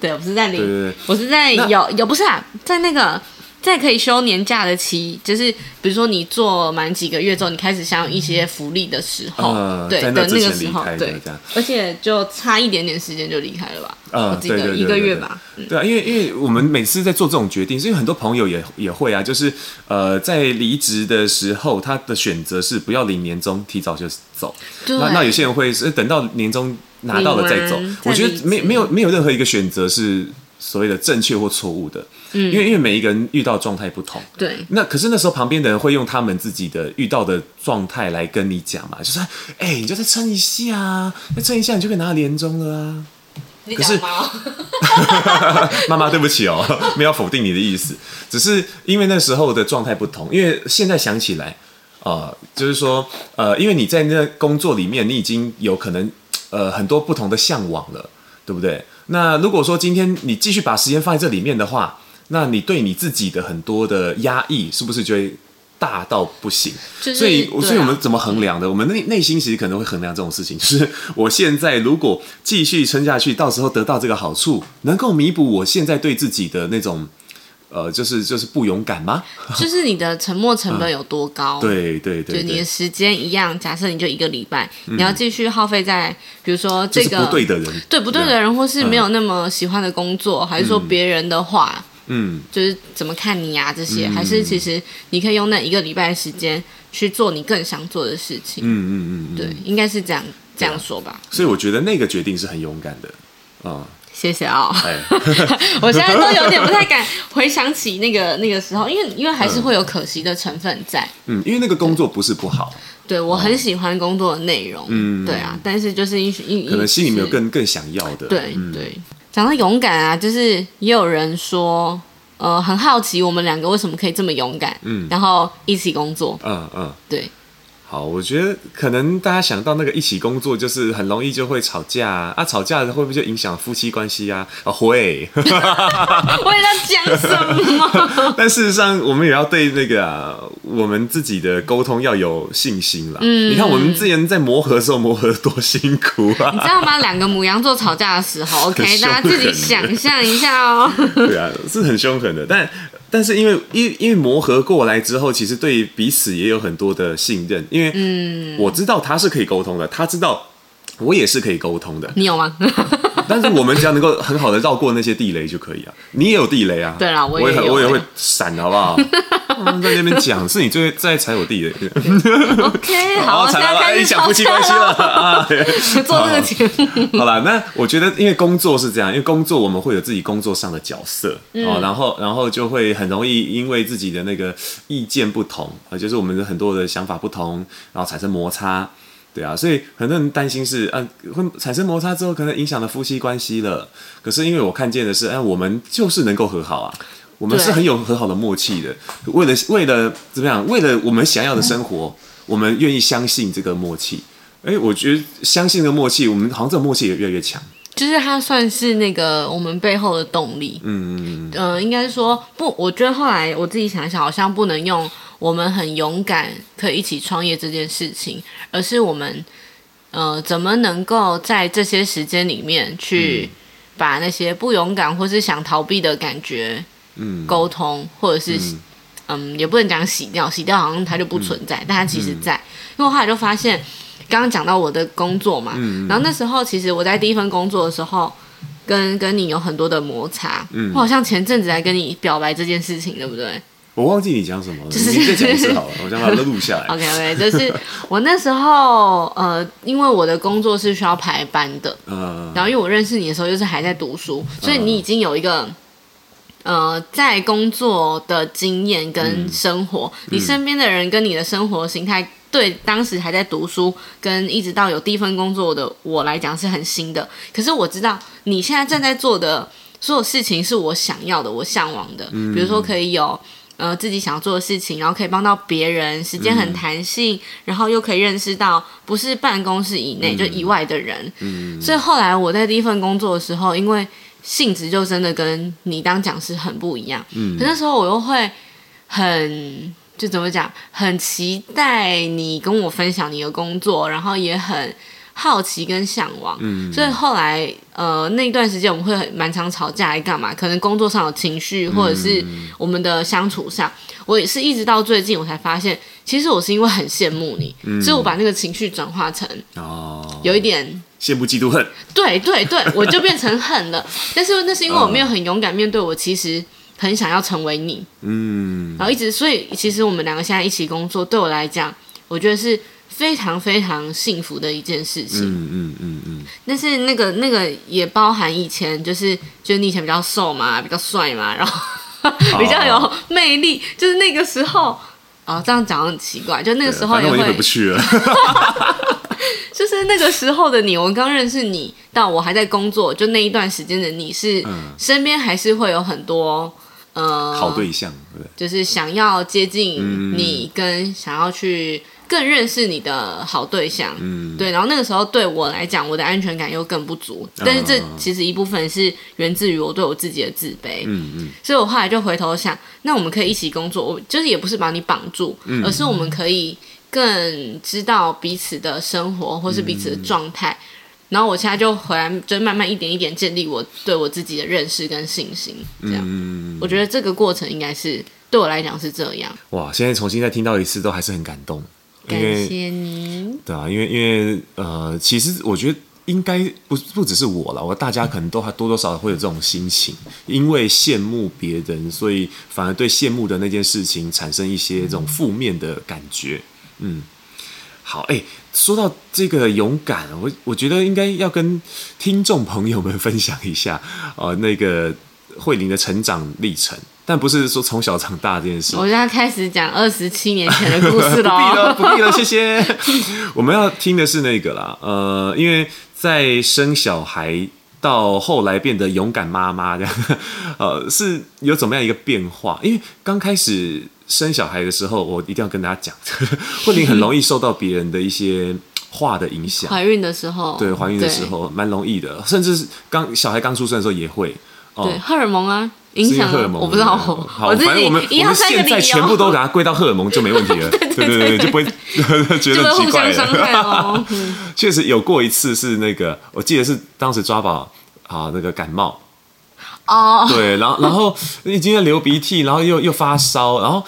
[SPEAKER 1] 对，我是在领，
[SPEAKER 2] 对对对
[SPEAKER 1] 我是在
[SPEAKER 2] 那
[SPEAKER 1] 有有不是啊，在那个在可以休年假的期，就是比如说你做满几个月之后，你开始享有一些福利的时候，
[SPEAKER 2] 呃
[SPEAKER 1] 对
[SPEAKER 2] 在
[SPEAKER 1] 的
[SPEAKER 2] 那之
[SPEAKER 1] 那个
[SPEAKER 2] 前
[SPEAKER 1] 时
[SPEAKER 2] 离
[SPEAKER 1] 候
[SPEAKER 2] 开，的
[SPEAKER 1] 对
[SPEAKER 2] 这样，
[SPEAKER 1] 而且就差一点点时间就离开了吧，
[SPEAKER 2] 呃
[SPEAKER 1] 我记得
[SPEAKER 2] 对对对
[SPEAKER 1] 一个
[SPEAKER 2] 对对
[SPEAKER 1] 月
[SPEAKER 2] 对
[SPEAKER 1] 吧，嗯
[SPEAKER 2] 对啊，因为因为我们每次在做这种决定，是因为很多朋友也也会啊，就是呃，在离职的时候，他的选择是不要领年终，提早就走。
[SPEAKER 1] 对
[SPEAKER 2] 那那有些人会是呃等到年终拿到了再走
[SPEAKER 1] 领完。再
[SPEAKER 2] 我觉
[SPEAKER 1] 离职
[SPEAKER 2] 得没没有没有任何一个选择是所谓的正确或错误的，
[SPEAKER 1] 嗯
[SPEAKER 2] 因为因为每一个人遇到的状态不同。
[SPEAKER 1] 对。
[SPEAKER 2] 那可是那时候旁边的人会用他们自己的遇到的状态来跟你讲嘛，就是哎、你就再撑一下啊，再撑一下你就可以拿到年终了啊。
[SPEAKER 1] 你
[SPEAKER 2] 可是
[SPEAKER 1] 讲吗
[SPEAKER 2] <laughs> 妈妈，对不起哦，没有否定你的意思，只是因为那时候的状态不同，因为现在想起来，呃，就是说，呃，因为你在那工作里面，你已经有可能，呃，很多不同的向往了，对不对？那如果说今天你继续把时间放在这里面的话，那你对你自己的很多的压抑，是不是就会大到不行？
[SPEAKER 1] 就是
[SPEAKER 2] 所以，
[SPEAKER 1] 对啊
[SPEAKER 2] 所以我们怎么衡量的？我们内内心其实可能会衡量这种事情，就是我现在如果继续撑下去，到时候得到这个好处，能够弥补我现在对自己的那种，呃，就是就是不勇敢吗？
[SPEAKER 1] 就是你的沉没成本有多高？
[SPEAKER 2] 啊对对
[SPEAKER 1] 就
[SPEAKER 2] 对
[SPEAKER 1] 你的
[SPEAKER 2] 对，
[SPEAKER 1] 时间一样，假设你就一个礼拜，你要继续耗费在，比如说这
[SPEAKER 2] 就是
[SPEAKER 1] 个
[SPEAKER 2] 不对的人，
[SPEAKER 1] 对不对的人，或是没有那么喜欢的工作，还是说别人的话，
[SPEAKER 2] 嗯，
[SPEAKER 1] 就是怎么看你呀、啊这些，还是其实你可以用那一个礼拜的时间去做你更想做的事情。
[SPEAKER 2] 嗯嗯嗯嗯，
[SPEAKER 1] 对，应该是这样这样说吧。
[SPEAKER 2] 所以我觉得那个决定是很勇敢的，啊、
[SPEAKER 1] 谢谢啊、
[SPEAKER 2] 哎，
[SPEAKER 1] <laughs> 我现在都有点不太敢回想起那个那个时候，因为因为还是会有可惜的成分在。
[SPEAKER 2] 嗯，因为那个工作不是不好，
[SPEAKER 1] 对我很喜欢工作的内容，
[SPEAKER 2] 嗯
[SPEAKER 1] 对啊，但是就是因因
[SPEAKER 2] 可能心里面有
[SPEAKER 1] 更。
[SPEAKER 2] 更更想要的，
[SPEAKER 1] 对
[SPEAKER 2] 嗯
[SPEAKER 1] 对，讲到勇敢啊，就是也有人说，呃，很好奇我们两个为什么可以这么勇敢，
[SPEAKER 2] 嗯
[SPEAKER 1] 然后一起工作，
[SPEAKER 2] 嗯嗯。
[SPEAKER 1] 对，
[SPEAKER 2] 好，我觉得可能大家想到那个一起工作，就是很容易就会吵架啊，啊吵架会不会就影响夫妻关系啊？啊会，
[SPEAKER 1] <laughs> 我也在讲什么？
[SPEAKER 2] 但事实上我们也要对那个啊，我们自己的沟通要有信心啦。嗯，你看我们之前在磨合的时候磨合得多辛苦
[SPEAKER 1] 你 <laughs>
[SPEAKER 2] 啊，
[SPEAKER 1] 知道吗？两个母羊座吵架的时候
[SPEAKER 2] 很
[SPEAKER 1] ，OK，
[SPEAKER 2] 凶
[SPEAKER 1] 大家自己
[SPEAKER 2] 狠
[SPEAKER 1] 想象一下哦。
[SPEAKER 2] 对啊，是很凶狠的。但但是因为因为因为磨合过来之后，其实对彼此也有很多的信任，因为嗯，我知道他是可以沟通的，他知道我也是可以沟通的，
[SPEAKER 1] <laughs> 你有吗？
[SPEAKER 2] 但是我们只要能够很好的绕过那些地雷就可
[SPEAKER 1] <laughs>
[SPEAKER 2] 以啊。你也有地雷啊？
[SPEAKER 1] 对啦我
[SPEAKER 2] 我
[SPEAKER 1] 也
[SPEAKER 2] 很
[SPEAKER 1] 有
[SPEAKER 2] 我也
[SPEAKER 1] 欸
[SPEAKER 2] 会闪，好不
[SPEAKER 1] <laughs>
[SPEAKER 2] 好？他们在那边讲，是你最在踩我地雷。
[SPEAKER 1] OK，好，
[SPEAKER 2] 哦
[SPEAKER 1] 现
[SPEAKER 2] 惨
[SPEAKER 1] 在
[SPEAKER 2] 了，
[SPEAKER 1] 开
[SPEAKER 2] 哎，
[SPEAKER 1] 始
[SPEAKER 2] 讲
[SPEAKER 1] 吵
[SPEAKER 2] 夫妻
[SPEAKER 1] 架
[SPEAKER 2] 关系了
[SPEAKER 1] 了。
[SPEAKER 2] 啊。对
[SPEAKER 1] <laughs> 做这个节目，
[SPEAKER 2] <laughs> 好啦，那我觉得，因为工作是这样，因为工作我们会有自己工作上的角色、哦，然后然后就会很容易因为自己的那个意见不同，呃，就是我们的很多的想法不同，然后产生摩擦，对啊，所以很多人担心是，嗯、会产生摩擦之后可能影响了夫妻关系了。可是因为我看见的是，哎、我们就是能够和好啊。我们
[SPEAKER 1] 对
[SPEAKER 2] 是很有很好的默契的，为了为了怎么样？为了我们想要的生活，我们愿意相信这个默契。哎、我觉得相信这个默契，我们好像这个默契也越来越强。
[SPEAKER 1] 就是它算是那个我们背后的动力。
[SPEAKER 2] 嗯，
[SPEAKER 1] 嗯、应该说不，我觉得后来我自己想一想，好像不能用我们很勇敢可以一起创业这件事情，而是我们呃怎么能够在这些时间里面
[SPEAKER 2] 嗯
[SPEAKER 1] 去把那些不勇敢或是想逃避的感觉，
[SPEAKER 2] 嗯，
[SPEAKER 1] 沟通或者是。嗯也不能讲洗掉，洗掉好像它就不存在，但它其实在。因为我后来就发现，刚刚讲到我的工作嘛，然后那时候其实我在第一份工作的时候，跟跟你有很多的摩擦。我好像前阵子来跟你表白这件事情，对不对
[SPEAKER 2] 我忘记你讲什么了，
[SPEAKER 1] 是
[SPEAKER 2] 你再讲一次好了，我想把它
[SPEAKER 1] <laughs>
[SPEAKER 2] 录下来。
[SPEAKER 1] ？OK OK，就是我那时候呃，因为我的工作是需要排班的，
[SPEAKER 2] 呃，
[SPEAKER 1] 然后因为我认识你的时候就是还在读书，所以你已经有一个。呃，在工作的经验跟生活，你身边的人跟你的生活形态，对当时还在读书跟一直到有第一份工作的我来讲是很新的。可是我知道你现在正在做的所有事情是我想要的，我向往的。比如说可以有呃自己想做的事情，然后可以帮到别人，时间很弹性，然后又可以认识到不是办公室以内、就以外的人。所以后来我在第一份工作的时候，因为性质就真的跟你当讲师很不一样，嗯，可那时候我又会很就怎么讲，很期待你跟我分享你的工作，然后也很好奇跟向往，嗯，所以后来呃那段时间我们会很蛮常吵架，来干嘛？可能工作上有情绪，或者是我们的相处上，我也是一直到最近我才发现，其实我是因为很羡慕你，所以我把那个情绪转化成
[SPEAKER 2] 哦，
[SPEAKER 1] 有一点。
[SPEAKER 2] 羡慕嫉妒恨，
[SPEAKER 1] 对对对，我就变成恨了。但是那是因为我没有很勇敢面对我，其实很想要成为你，
[SPEAKER 2] 嗯，
[SPEAKER 1] 然后一直所以其实我们两个现在一起工作，对我来讲，我觉得是非常非常幸福的一件事情。
[SPEAKER 2] 嗯嗯嗯嗯，
[SPEAKER 1] 但是那个那个也包含以前就是就是你以前比较瘦嘛，比较帅嘛，然后
[SPEAKER 2] 哦
[SPEAKER 1] <laughs> 比较有魅力，就是那个时候。哦，这样讲很奇怪，就那个时候
[SPEAKER 2] 反
[SPEAKER 1] 也
[SPEAKER 2] 正我
[SPEAKER 1] 会
[SPEAKER 2] 也回不去了。
[SPEAKER 1] 就是那个时候的你，我刚认识你到我还在工作，就那一段时间的你是、
[SPEAKER 2] 嗯
[SPEAKER 1] 身边还是会有很多呃，
[SPEAKER 2] <laughs> 好对嗯象，对不对？
[SPEAKER 1] 就是想要接近你跟想要去更认识你的好对象，
[SPEAKER 2] 嗯，
[SPEAKER 1] 对。然后那个时候对我来讲，我的安全感又更不足，但是这
[SPEAKER 2] 嗯
[SPEAKER 1] 其实一部分是源自于我对我自己的自卑，
[SPEAKER 2] 嗯嗯
[SPEAKER 1] 所以我后来就回头想，那我们可以一起工作，我就是也不是把你绑住，
[SPEAKER 2] 嗯
[SPEAKER 1] 而是我们可以更知道彼此的生活或是彼此的
[SPEAKER 2] 嗯
[SPEAKER 1] 状态。然后我现在就回来，就慢慢一点一点建立我对我自己的认识跟信心。这样，
[SPEAKER 2] 嗯，
[SPEAKER 1] 我觉得这个过程应该是对我来讲是这样。
[SPEAKER 2] 哇，现在重新再听到一次，都还是很感动。因
[SPEAKER 1] 感
[SPEAKER 2] 为
[SPEAKER 1] 谢你，
[SPEAKER 2] 对啊，因为因为呃，其实我觉得应该不不只是我了，我大家可能都还多多少少会有这种心情，因为羡慕别人，所以反而对羡慕的那件事情产生一些这种负面的感觉。嗯，好，哎、说到这个勇敢，啊我我觉得应该要跟听众朋友们 <laughs> 分享一下，呃，那个慧玲的成长历程，但不是说从小长大这件事，
[SPEAKER 1] 我现在开始讲二十七年前的故事
[SPEAKER 2] <laughs> 不必了，
[SPEAKER 1] 喽。
[SPEAKER 2] 不必了，谢谢。 <laughs> 我们要听的是那个啦，呃，因为在生小孩到后来变得勇敢妈妈这样， <laughs> 呃，是有怎么样一个变化？因为刚开始生小孩的时候，我一定要跟大家讲， <laughs> 慧玲很容易受到别人的一些话的影 <laughs> 响。
[SPEAKER 1] 怀孕的时候，
[SPEAKER 2] 哎对，怀孕的时候蛮容易的，甚至是刚小孩刚出生的时候也会。哦
[SPEAKER 1] 对，对荷尔蒙啊，影
[SPEAKER 2] 是因为
[SPEAKER 1] 响
[SPEAKER 2] 荷尔蒙，
[SPEAKER 1] 我不知道，
[SPEAKER 2] 对好，
[SPEAKER 1] 自
[SPEAKER 2] 反
[SPEAKER 1] 己
[SPEAKER 2] 正我们
[SPEAKER 1] 一
[SPEAKER 2] 我
[SPEAKER 1] 样
[SPEAKER 2] 们
[SPEAKER 1] 三个
[SPEAKER 2] 现
[SPEAKER 1] 理
[SPEAKER 2] 在
[SPEAKER 1] 由，
[SPEAKER 2] 全部都
[SPEAKER 1] <laughs>
[SPEAKER 2] 给它归到荷尔蒙就没问题了，对对对，就不会 <laughs> 觉
[SPEAKER 1] 就
[SPEAKER 2] 得
[SPEAKER 1] 会互
[SPEAKER 2] 很奇怪
[SPEAKER 1] 相伤害
[SPEAKER 2] 了。 <laughs>
[SPEAKER 1] 哦。嗯
[SPEAKER 2] 确实有过一次是那个，我记得是当时抓宝啊那个感冒，
[SPEAKER 1] 哦，
[SPEAKER 2] 对，然后然后已经在流鼻涕，然后又又发烧，然后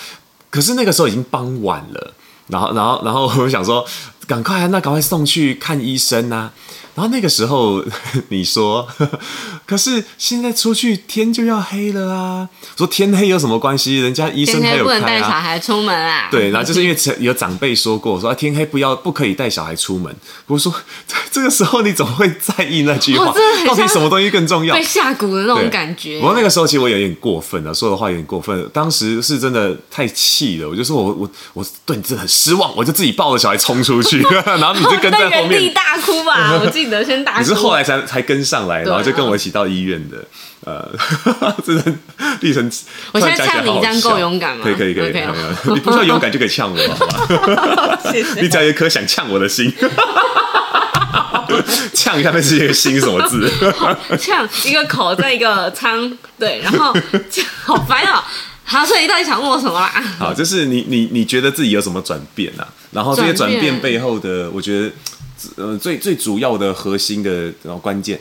[SPEAKER 2] 可是那个时候已经傍晚了，然后然后然后我想说，赶快啊那赶快送去看医生啊。然后那个时候 <laughs> 你说， <laughs> 可是现在出去天就要黑了啊！我说天黑有什么关系？人家医
[SPEAKER 1] 天
[SPEAKER 2] 生还
[SPEAKER 1] 黑
[SPEAKER 2] 有
[SPEAKER 1] 不能带
[SPEAKER 2] 开
[SPEAKER 1] 小
[SPEAKER 2] 啊。
[SPEAKER 1] 孩出门啊。
[SPEAKER 2] <laughs> 对，然后就是因为有长辈说过，说、啊、天黑不要不可以带小孩出门。我说 <laughs> 这这个时候你怎么会在意那句话？
[SPEAKER 1] 哦真的很
[SPEAKER 2] 到底
[SPEAKER 1] 像
[SPEAKER 2] 什么东西更重要
[SPEAKER 1] 被？下蛊的那
[SPEAKER 2] 对
[SPEAKER 1] 种感觉
[SPEAKER 2] 不。过那个时候其实我有点过分了，说的话有点过分。当时是真的太气了，我就说我我我对你真的很失望，我就自己抱着小孩冲出去， <laughs> 然后你就跟在
[SPEAKER 1] 哦在
[SPEAKER 2] 后
[SPEAKER 1] 原地
[SPEAKER 2] 面。
[SPEAKER 1] 大哭吧，
[SPEAKER 2] <laughs>
[SPEAKER 1] 啊我记得先大哭。
[SPEAKER 2] 你是
[SPEAKER 1] <laughs>
[SPEAKER 2] 后来才才跟上来，
[SPEAKER 1] 对
[SPEAKER 2] 然
[SPEAKER 1] 啊
[SPEAKER 2] 后就跟我一起到医院的，呃， <laughs> 真的历程。
[SPEAKER 1] 我现在
[SPEAKER 2] 突然
[SPEAKER 1] 呛你
[SPEAKER 2] 想起来好好
[SPEAKER 1] 这样够
[SPEAKER 2] 笑
[SPEAKER 1] 勇敢吗
[SPEAKER 2] 可以可以可以，
[SPEAKER 1] OK
[SPEAKER 2] 没有没有你不需要勇敢就可以呛我，好吧？
[SPEAKER 1] <laughs> 谢
[SPEAKER 2] 你
[SPEAKER 1] 谢。
[SPEAKER 2] 只要有一颗想呛我的心， <laughs> 呛一下那是一个心是什么字？ <laughs>
[SPEAKER 1] 呛一个口，再一个仓，对，然
[SPEAKER 2] <laughs>
[SPEAKER 1] 后呛好烦哦。好，所以你到底想问我什么啦？ <laughs>
[SPEAKER 2] 好，就是你你你觉得自己有什么转变啊？然后这些转
[SPEAKER 1] 转变
[SPEAKER 2] 变背后的，我觉得呃最最主要的核心的然后关键。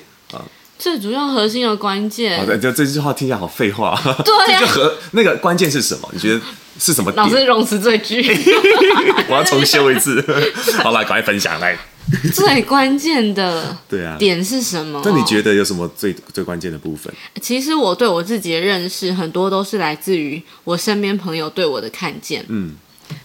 [SPEAKER 1] 最主要核心的关键
[SPEAKER 2] 好，的，哦这这句话听起来好废话。
[SPEAKER 1] 对啊
[SPEAKER 2] 这就和那个关键是什么？你觉得是什么点
[SPEAKER 1] 老？师容词最句。
[SPEAKER 2] <laughs> 我要重修一
[SPEAKER 1] <laughs>
[SPEAKER 2] 次。好啦，赶快分享来。
[SPEAKER 1] 最关键的
[SPEAKER 2] 对啊
[SPEAKER 1] 点哦是什么？
[SPEAKER 2] 那你觉
[SPEAKER 1] 得？
[SPEAKER 2] 得有什么最最关键的部分？
[SPEAKER 1] 其实我对我自己的认识，很多都是来自于我身边朋友对我的看见。
[SPEAKER 2] 嗯，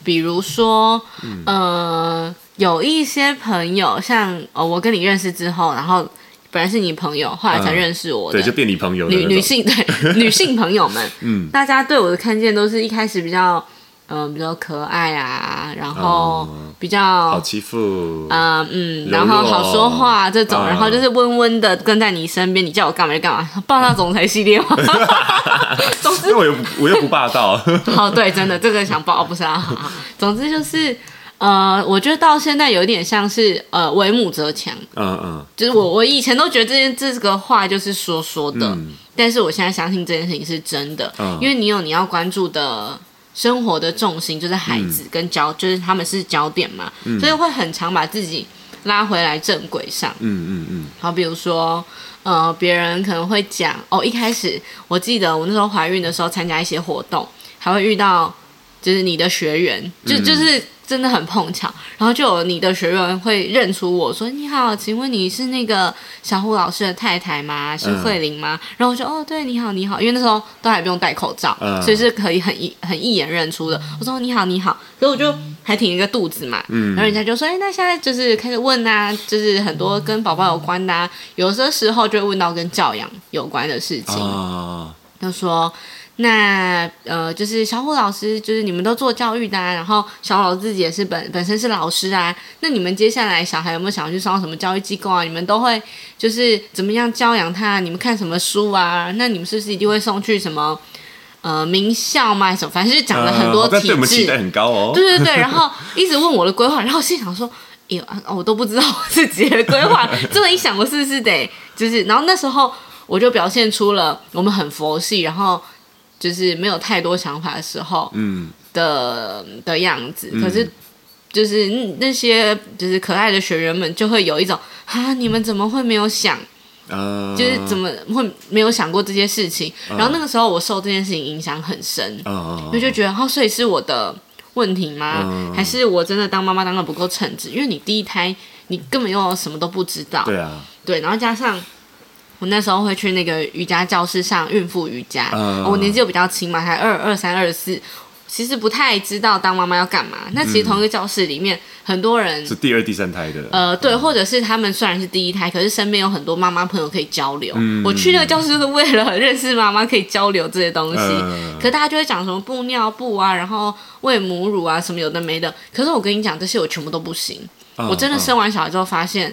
[SPEAKER 1] 比如说，呃，有一些朋友，像哦，我跟你认识之后，然后本来是你朋友，后来才
[SPEAKER 2] 嗯
[SPEAKER 1] 认识我的，
[SPEAKER 2] 对，就变你朋友的那
[SPEAKER 1] 女
[SPEAKER 2] 种
[SPEAKER 1] 女性
[SPEAKER 2] <laughs>
[SPEAKER 1] 对女性朋友们，
[SPEAKER 2] 嗯
[SPEAKER 1] 大家对我的看见都是一开始比较，嗯、比较可爱啊，然后
[SPEAKER 2] 哦
[SPEAKER 1] 比较
[SPEAKER 2] 好欺负。 <laughs>
[SPEAKER 1] 啊，嗯，
[SPEAKER 2] 柔
[SPEAKER 1] 然后
[SPEAKER 2] 弱
[SPEAKER 1] 好说话这种，
[SPEAKER 2] 啊
[SPEAKER 1] 然后就是温温的跟在你身边，你叫我干嘛就干嘛，霸道总裁系列
[SPEAKER 2] <laughs>
[SPEAKER 1] 嘛。总之
[SPEAKER 2] 那，我又不我又不
[SPEAKER 1] <laughs>
[SPEAKER 2] 霸道。
[SPEAKER 1] 哦，对，真的这个想报不是啊。 <laughs> 总之就是，呃，我觉得到现在有一点像是呃为母则强，
[SPEAKER 2] 嗯嗯，
[SPEAKER 1] 就是我我以前都觉得这件这个话就是说说的，
[SPEAKER 2] 嗯
[SPEAKER 1] 但是我现在相信这件事情是真的，
[SPEAKER 2] 嗯
[SPEAKER 1] 因为你有你要关注的生活的重心就是孩子
[SPEAKER 2] 嗯
[SPEAKER 1] 跟焦，就是他们是焦点嘛，所以会很常把自己拉回来正轨上。
[SPEAKER 2] 嗯嗯嗯，
[SPEAKER 1] 好，比如说，呃，别人可能会讲哦，一开始我记得我那时候怀孕的时候参加一些活动，还会遇到就是你的学员，就、
[SPEAKER 2] 嗯
[SPEAKER 1] 就是真的很碰巧，然后就有你的学员会认出我说：“你好，请问你是那个小虎老师的太太吗？是
[SPEAKER 2] 嗯
[SPEAKER 1] 慧玲吗？”然后我就哦，对，你好，你好，因为那时候都还不用戴口罩，
[SPEAKER 2] 嗯
[SPEAKER 1] 所以是可以很一很一眼认出的。我说：“你好，你好。”可是我就还挺一个肚子嘛，嗯，然后人家就说：“哎，那现在就是开始问啊，就是很多跟宝宝有关的、啊，有的时候就会问到跟教养有关的事情。
[SPEAKER 2] 啊，
[SPEAKER 1] 就说那呃，就是小虎老师，就是你们都做教育的、啊，然后小虎老师自己也是本本身是老师啊，那你们接下来小孩有没有想要去上什么教育机构啊？你们都会就是怎么样教养他？你们看什么书啊？那你们是不是一定会送去什么呃名校嘛？还是什么？反正就讲了很多
[SPEAKER 2] 啊但
[SPEAKER 1] 体
[SPEAKER 2] 对我们期
[SPEAKER 1] 制，
[SPEAKER 2] 待很高哦。
[SPEAKER 1] 对对对，然后一直问我的规划，然后我心想说，哎呦，啊我都不知道我自己的规划。 <laughs> 这么一想，我是不是得就是？然后那时候我就表现出了我们很佛系，然后就是没有太多想法的时候
[SPEAKER 2] 嗯，
[SPEAKER 1] 的的样子。可是就是嗯那些就是可爱的学员们就会有一种啊，你们怎么会没有想？
[SPEAKER 2] 啊，
[SPEAKER 1] 就是怎么会没有想过这些事情？然后那个时候我受这件事情影响很深。
[SPEAKER 2] 啊，
[SPEAKER 1] 我就觉得，哦，所以是我的问题吗？
[SPEAKER 2] 嗯
[SPEAKER 1] 还是我真的当妈妈当的不够称职？因为你第一胎，你根本又什么都不知道。
[SPEAKER 2] 对啊，
[SPEAKER 1] 对然后加上我那时候会去那个瑜伽教室上孕妇瑜伽，哦
[SPEAKER 2] 嗯
[SPEAKER 1] 我年纪又比较轻嘛，才二二三二四。其实不太知道当妈妈要干嘛。那其实同一个教室里面，很多人
[SPEAKER 2] 嗯是第二、第三胎的。
[SPEAKER 1] 呃，对，或者是他们虽然是第一胎，可是身边有很多妈妈朋友可以交流。
[SPEAKER 2] 嗯
[SPEAKER 1] 我去那个教室就是为了认识妈妈，可以交流这些东西。
[SPEAKER 2] 嗯
[SPEAKER 1] 可大家就会讲什么布尿布啊，然后喂母乳啊，什么有的没的。可是我跟你讲，这些我全部都不行。
[SPEAKER 2] 嗯
[SPEAKER 1] 我真的
[SPEAKER 2] 嗯
[SPEAKER 1] 生完小孩之后发现，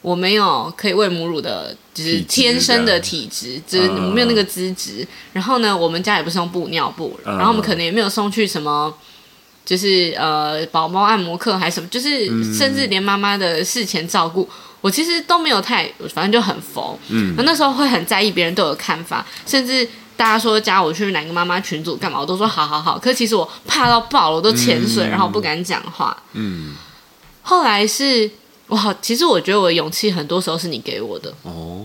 [SPEAKER 1] 我没有可以喂母乳的，就是
[SPEAKER 2] 体质
[SPEAKER 1] 天生
[SPEAKER 2] 这
[SPEAKER 1] 的
[SPEAKER 2] 样
[SPEAKER 1] 体质，就是
[SPEAKER 2] 嗯嗯
[SPEAKER 1] 没有那个资质。然后呢，我们家也不是用布尿布，然后我们可能也没有送去什么。就是呃，宝宝按摩课还是什么，就是
[SPEAKER 2] 嗯
[SPEAKER 1] 甚至连妈妈的事前照顾，我其实都没有太，反正就很佛。嗯，那时候会很在意别人对我的看法，甚至大家说加我去哪个妈妈群组干嘛，我都说好好好。可是其实我怕到爆了，我都潜水，然后不敢讲话。
[SPEAKER 2] 嗯，
[SPEAKER 1] 后来是我好，其实我觉得我的勇气很多时候是你给我的，
[SPEAKER 2] 哦，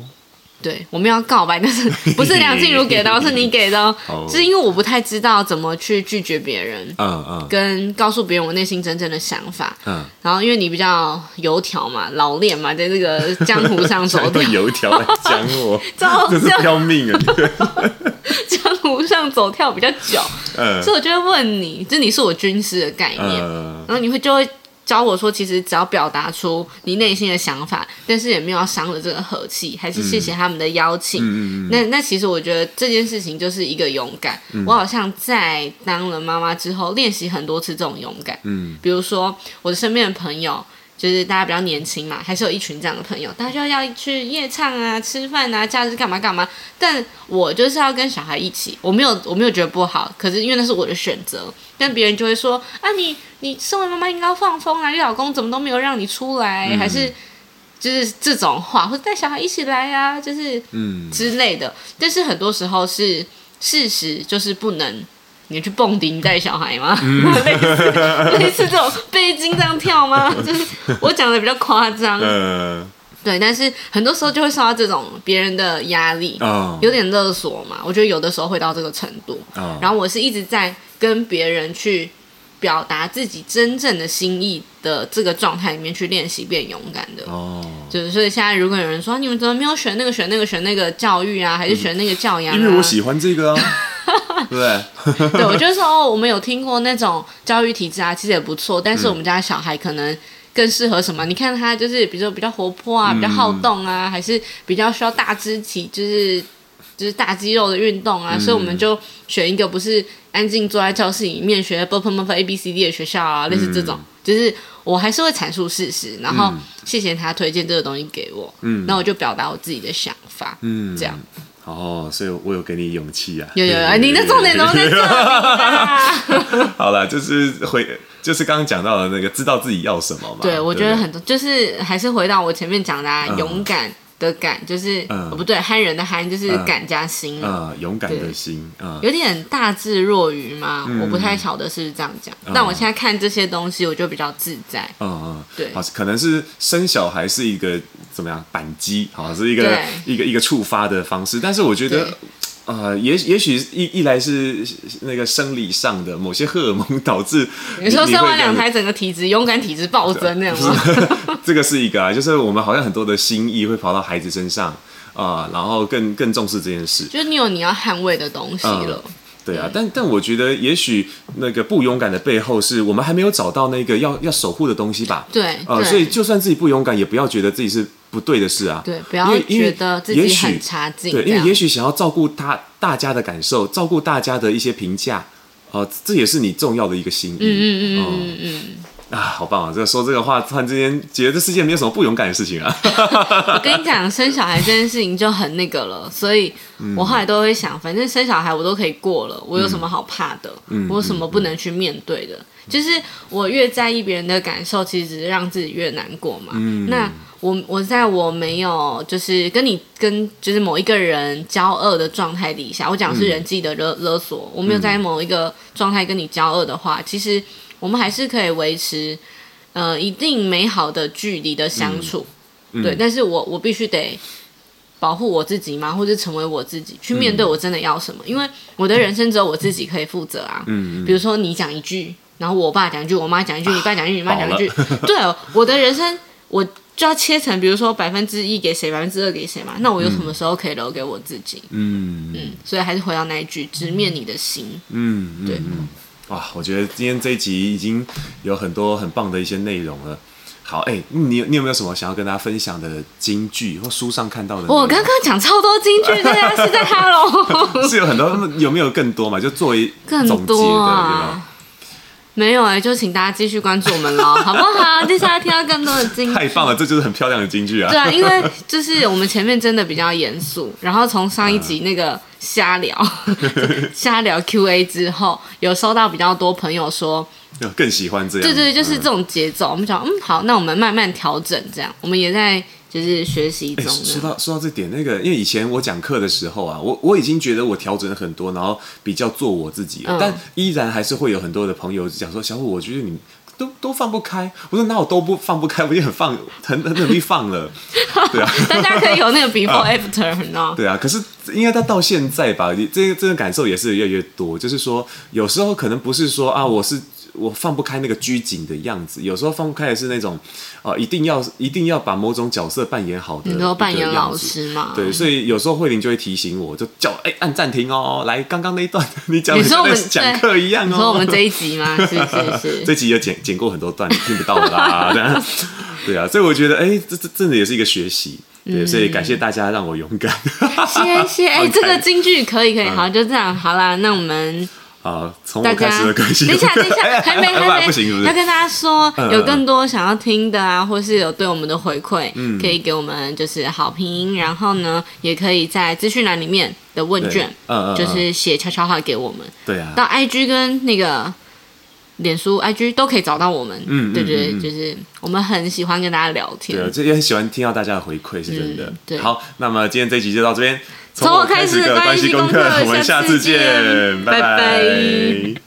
[SPEAKER 1] 对，我们要告白，但 <laughs> 是不是梁静茹给的哦，是你给的哦
[SPEAKER 2] 哦，
[SPEAKER 1] 是因为我不太知道怎么去拒绝别人，
[SPEAKER 2] 嗯嗯
[SPEAKER 1] 跟告诉别人我内心真正的想法。
[SPEAKER 2] 嗯，
[SPEAKER 1] 然后因为你比较油条嘛，老练嘛，在这个江湖
[SPEAKER 2] <laughs>
[SPEAKER 1] 上走
[SPEAKER 2] 还
[SPEAKER 1] 跳
[SPEAKER 2] 用，油条来讲
[SPEAKER 1] <laughs>
[SPEAKER 2] 我
[SPEAKER 1] 糟，
[SPEAKER 2] 真是
[SPEAKER 1] 糕
[SPEAKER 2] 不要命 <laughs> 啊！
[SPEAKER 1] 江湖上走跳比较久，
[SPEAKER 2] 嗯
[SPEAKER 1] 所以我就会问你，就你是我军师的概念，
[SPEAKER 2] 嗯
[SPEAKER 1] 然后你会就会教我说，其实只要表达出你内心的想法，但是也没有要伤了这个和气，还是谢谢他们的邀请。
[SPEAKER 2] 嗯嗯
[SPEAKER 1] 那那其实我觉得这件事情就是一个勇敢。
[SPEAKER 2] 嗯
[SPEAKER 1] 我好像在当了妈妈之后，练习很多次这种勇敢。
[SPEAKER 2] 嗯
[SPEAKER 1] 比如说我的身边的朋友，就是大家比较年轻嘛，还是有一群这样的朋友，大家就要去夜唱啊、吃饭啊、假日干嘛干嘛。但我就是要跟小孩一起，我没有我没有觉得不好，可是因为那是我的选择。但别人就会说啊，你你身为妈妈应该要放风啊，你老公怎么都没有让你出来，还是就是这种话，或者带小孩一起来啊，就是
[SPEAKER 2] 嗯
[SPEAKER 1] 之类的。但是很多时候是事实，就是不能。你去蹦迪，你带小孩吗？
[SPEAKER 2] 嗯
[SPEAKER 1] <laughs> 类似类似这种背巾这样跳吗？ <laughs> 就是我讲的比较夸张，嗯
[SPEAKER 2] 呃
[SPEAKER 1] 对，但是很多时候就会受到这种别人的压力，
[SPEAKER 2] 哦
[SPEAKER 1] 有点勒索嘛。我觉得有的时候会到这个程度。
[SPEAKER 2] 哦
[SPEAKER 1] 然后我是一直在跟别人去表达自己真正的心意的这个状态里面去练习变勇敢的。
[SPEAKER 2] 哦，
[SPEAKER 1] 就是所以现在如果有人说你们怎么没有选那个选那个选那个教育啊，还是选那个教养、啊
[SPEAKER 2] 嗯因为我喜欢
[SPEAKER 1] <laughs>
[SPEAKER 2] 这个啊，对不对？
[SPEAKER 1] 对，我就是说哦，我们有听过那种教育体制啊，其实也不错，但是我们家小孩可能更适合什么？你看他就是，比如说比较活泼啊，比较好动啊，还是比较需要大肢体，就是就是大肌肉的运动啊，所以我们就选一个不是安静坐在教室里面学 b u p b u p a b c d 的学校啊，类似这种，就是我还是会阐述事实，然后谢谢他推荐这个东西给我，嗯，那我就表达我自己的想法，
[SPEAKER 2] 嗯
[SPEAKER 1] 这样。
[SPEAKER 2] 哦，所以我有给你勇气啊！
[SPEAKER 1] 有有有，你的重点怎么在这里啊？<laughs>
[SPEAKER 2] <laughs> 好了，就是回，就是刚刚讲到的那个，知道自己要什么嘛。
[SPEAKER 1] 对，我
[SPEAKER 2] 不
[SPEAKER 1] 觉得很多，就是还是回到我前面讲的、啊
[SPEAKER 2] 嗯
[SPEAKER 1] 勇敢的敢，就是、
[SPEAKER 2] 嗯
[SPEAKER 1] 哦不对，憨人的憨就是
[SPEAKER 2] 嗯
[SPEAKER 1] 敢加心嘛、
[SPEAKER 2] 啊、勇敢的
[SPEAKER 1] 对
[SPEAKER 2] 心啊、
[SPEAKER 1] 有点大智若愚嘛，
[SPEAKER 2] 嗯
[SPEAKER 1] 我不太晓得是不是这样讲、但我现在看这些东西，我就比较自在。
[SPEAKER 2] 嗯嗯，
[SPEAKER 1] 对
[SPEAKER 2] 好，可能是生小孩是一个怎么样扳机，好是一个
[SPEAKER 1] 对
[SPEAKER 2] 一个一个触发的方式，但是我觉得
[SPEAKER 1] 对。
[SPEAKER 2] 呃，也也许一一来是那个生理上的某些荷尔蒙导致
[SPEAKER 1] <laughs>
[SPEAKER 2] 你，
[SPEAKER 1] 你说生
[SPEAKER 2] 会
[SPEAKER 1] 完
[SPEAKER 2] 这
[SPEAKER 1] 两
[SPEAKER 2] 样子
[SPEAKER 1] 胎，整个体质勇敢体质暴增那样吗？
[SPEAKER 2] <laughs> 这个是一个啊，就是我们好像很多的心意会跑到孩子身上啊、然后更更重视这件事。
[SPEAKER 1] 就是你有你要捍卫的东西了。
[SPEAKER 2] 对啊，但但我觉得，也许那个不勇敢的背后，是我们还没有找到那个要要守护的东西吧。
[SPEAKER 1] 对
[SPEAKER 2] 呃，
[SPEAKER 1] 对
[SPEAKER 2] 所以就算自己不勇敢，也不要觉得自己是不对的事啊。
[SPEAKER 1] 对不要
[SPEAKER 2] 因为因为
[SPEAKER 1] 觉得自己
[SPEAKER 2] 也许
[SPEAKER 1] 很差劲
[SPEAKER 2] 对，
[SPEAKER 1] 这
[SPEAKER 2] 因
[SPEAKER 1] 样
[SPEAKER 2] 为也许想要照顾他大家的感受，照顾大家的一些评价，呃，这也是你重要的一个心意。
[SPEAKER 1] 嗯嗯
[SPEAKER 2] 哦
[SPEAKER 1] 嗯嗯
[SPEAKER 2] 啊，好棒啊！这个说这个话，突然之间觉得这世界没有什么不勇敢的事
[SPEAKER 1] <laughs>
[SPEAKER 2] 情啊。
[SPEAKER 1] 嗯，我跟你讲，生小孩这件事情就很那个了，所以我后来都会想，反正生小孩我都可以过了，我有什么好怕的？我有什么不能去面对的？就是我越在意别人的感受，其实只是让自己越难过嘛。那我我在我没有就是跟你跟就是某一个人交恶的状态底下，我讲的是人际的勒、勒索，我没有在某一个状态跟你交恶的话，其实我们还是可以维持呃一定美好的距离的相处。对，但是我我必须得保护我自己嘛，或者成为我自己，去面对我真的要什么，因为我的人生只有我自己可以负责啊。嗯，比啊如说你讲一句，然后我爸讲一句，我妈讲一句，你爸讲一句，你妈讲一句， <laughs> 对，哦我的人生我就要切成，比如说百分之一给谁，百分之二给谁嘛，那我有什么时候可以留给我自己？
[SPEAKER 2] 嗯
[SPEAKER 1] 嗯，所以还是回到那一句，直面你的心。
[SPEAKER 2] 嗯嗯
[SPEAKER 1] 对，
[SPEAKER 2] 哇，我觉得今天这一集已经有很多很棒的一些内容了。好，哎、你你有没有什么想要跟大家分享的金句或书上看到的内容？
[SPEAKER 1] 哦我刚刚讲超多金句，大家是在 Hello。
[SPEAKER 2] 是有很多，那么有没有更多嘛？就作为
[SPEAKER 1] 更
[SPEAKER 2] 总结的，
[SPEAKER 1] 多
[SPEAKER 2] 有
[SPEAKER 1] 啊。没有哎、就请大家继续关注我们喽，好不好？接下来听到更多的精
[SPEAKER 2] <laughs> 没有太棒了，这就是很漂亮的金句啊！
[SPEAKER 1] 对啊，因为就是我们前面真的比较严肃，然后从上一集那个瞎聊、瞎聊 Q&A 之后，有收到比较多朋友说，
[SPEAKER 2] 就更喜欢这样。
[SPEAKER 1] 对对，就是这种节奏。我们讲，嗯，好，那我们慢慢调整，这样，我们也在就是学习
[SPEAKER 2] 哎、
[SPEAKER 1] 中
[SPEAKER 2] 说
[SPEAKER 1] 的。
[SPEAKER 2] 到说到这点，那个因为以前我讲课的时候啊，我我已经觉得我调整了很多，然后比较做我自己了，
[SPEAKER 1] 嗯
[SPEAKER 2] 但依然还是会有很多的朋友讲说，小虎，我觉得你都都放不开。我说那我都不放不开，我也很放，很很努力放了。对啊，
[SPEAKER 1] 大家可以有那个 before after，你知道吗？
[SPEAKER 2] 对啊，可是应该到到现在吧，你这这个感受也是越来越多。就是说，有时候可能不是说啊，我是我放不开那个拘谨的样子，有时候放不开的是那种啊、一定要一定要把某种角色扮演好的，
[SPEAKER 1] 嗯你都扮演老。师啊嘛？
[SPEAKER 2] 对，所以有时候慧玲就会提醒我，就叫我哎、按暂停哦，来刚刚那一段 <laughs> 你讲
[SPEAKER 1] 你
[SPEAKER 2] 的
[SPEAKER 1] 说我
[SPEAKER 2] 像
[SPEAKER 1] 们
[SPEAKER 2] 在讲课一样哦。
[SPEAKER 1] 你说我们这一集吗？是是
[SPEAKER 2] <laughs> 这
[SPEAKER 1] 是，
[SPEAKER 2] 集有剪剪过很多段，你听不到了啦。 <laughs> 这样对啊，所以我觉得哎、这这真的也是一个学习。对，所以感谢大家让我勇敢。
[SPEAKER 1] 嗯 <laughs> 谢
[SPEAKER 2] <laughs>
[SPEAKER 1] 谢。哎，
[SPEAKER 2] OK
[SPEAKER 1] 这个京剧可以可以，好，就这样，好啦，那我们
[SPEAKER 2] 啊，从
[SPEAKER 1] 大
[SPEAKER 2] 我
[SPEAKER 1] 家
[SPEAKER 2] 开始的更新。
[SPEAKER 1] 等一下，等一
[SPEAKER 2] 哎 <laughs>
[SPEAKER 1] 下，还没，
[SPEAKER 2] 哎
[SPEAKER 1] 还没，
[SPEAKER 2] 不行，是不
[SPEAKER 1] 要
[SPEAKER 2] 是？
[SPEAKER 1] 跟大家说
[SPEAKER 2] 嗯，
[SPEAKER 1] 有更多想要听的啊，或是有对我们的回馈，
[SPEAKER 2] 嗯
[SPEAKER 1] 可以给我们就是好评，然后呢，也可以在资讯栏里面的问卷
[SPEAKER 2] 对，嗯嗯嗯
[SPEAKER 1] 就是写悄悄话给我们，
[SPEAKER 2] 对啊，
[SPEAKER 1] 到 IG 跟那个。脸书、IG 都可以找到我们，
[SPEAKER 2] 嗯嗯
[SPEAKER 1] 对对
[SPEAKER 2] 嗯嗯
[SPEAKER 1] 对，就是我们很喜欢跟大家聊天
[SPEAKER 2] 对啊，，这也很喜欢听到大家的回馈，是真的
[SPEAKER 1] 嗯。对
[SPEAKER 2] 好，那么今天这一集就到这边，从
[SPEAKER 1] 从我
[SPEAKER 2] 我
[SPEAKER 1] 开
[SPEAKER 2] 开
[SPEAKER 1] 始
[SPEAKER 2] 始的
[SPEAKER 1] 关
[SPEAKER 2] 关
[SPEAKER 1] 系
[SPEAKER 2] 系
[SPEAKER 1] 功
[SPEAKER 2] 功
[SPEAKER 1] 课
[SPEAKER 2] 我们
[SPEAKER 1] 下
[SPEAKER 2] 下
[SPEAKER 1] 次
[SPEAKER 2] 次
[SPEAKER 1] 见
[SPEAKER 2] 见，
[SPEAKER 1] 拜
[SPEAKER 2] 拜
[SPEAKER 1] 拜
[SPEAKER 2] 拜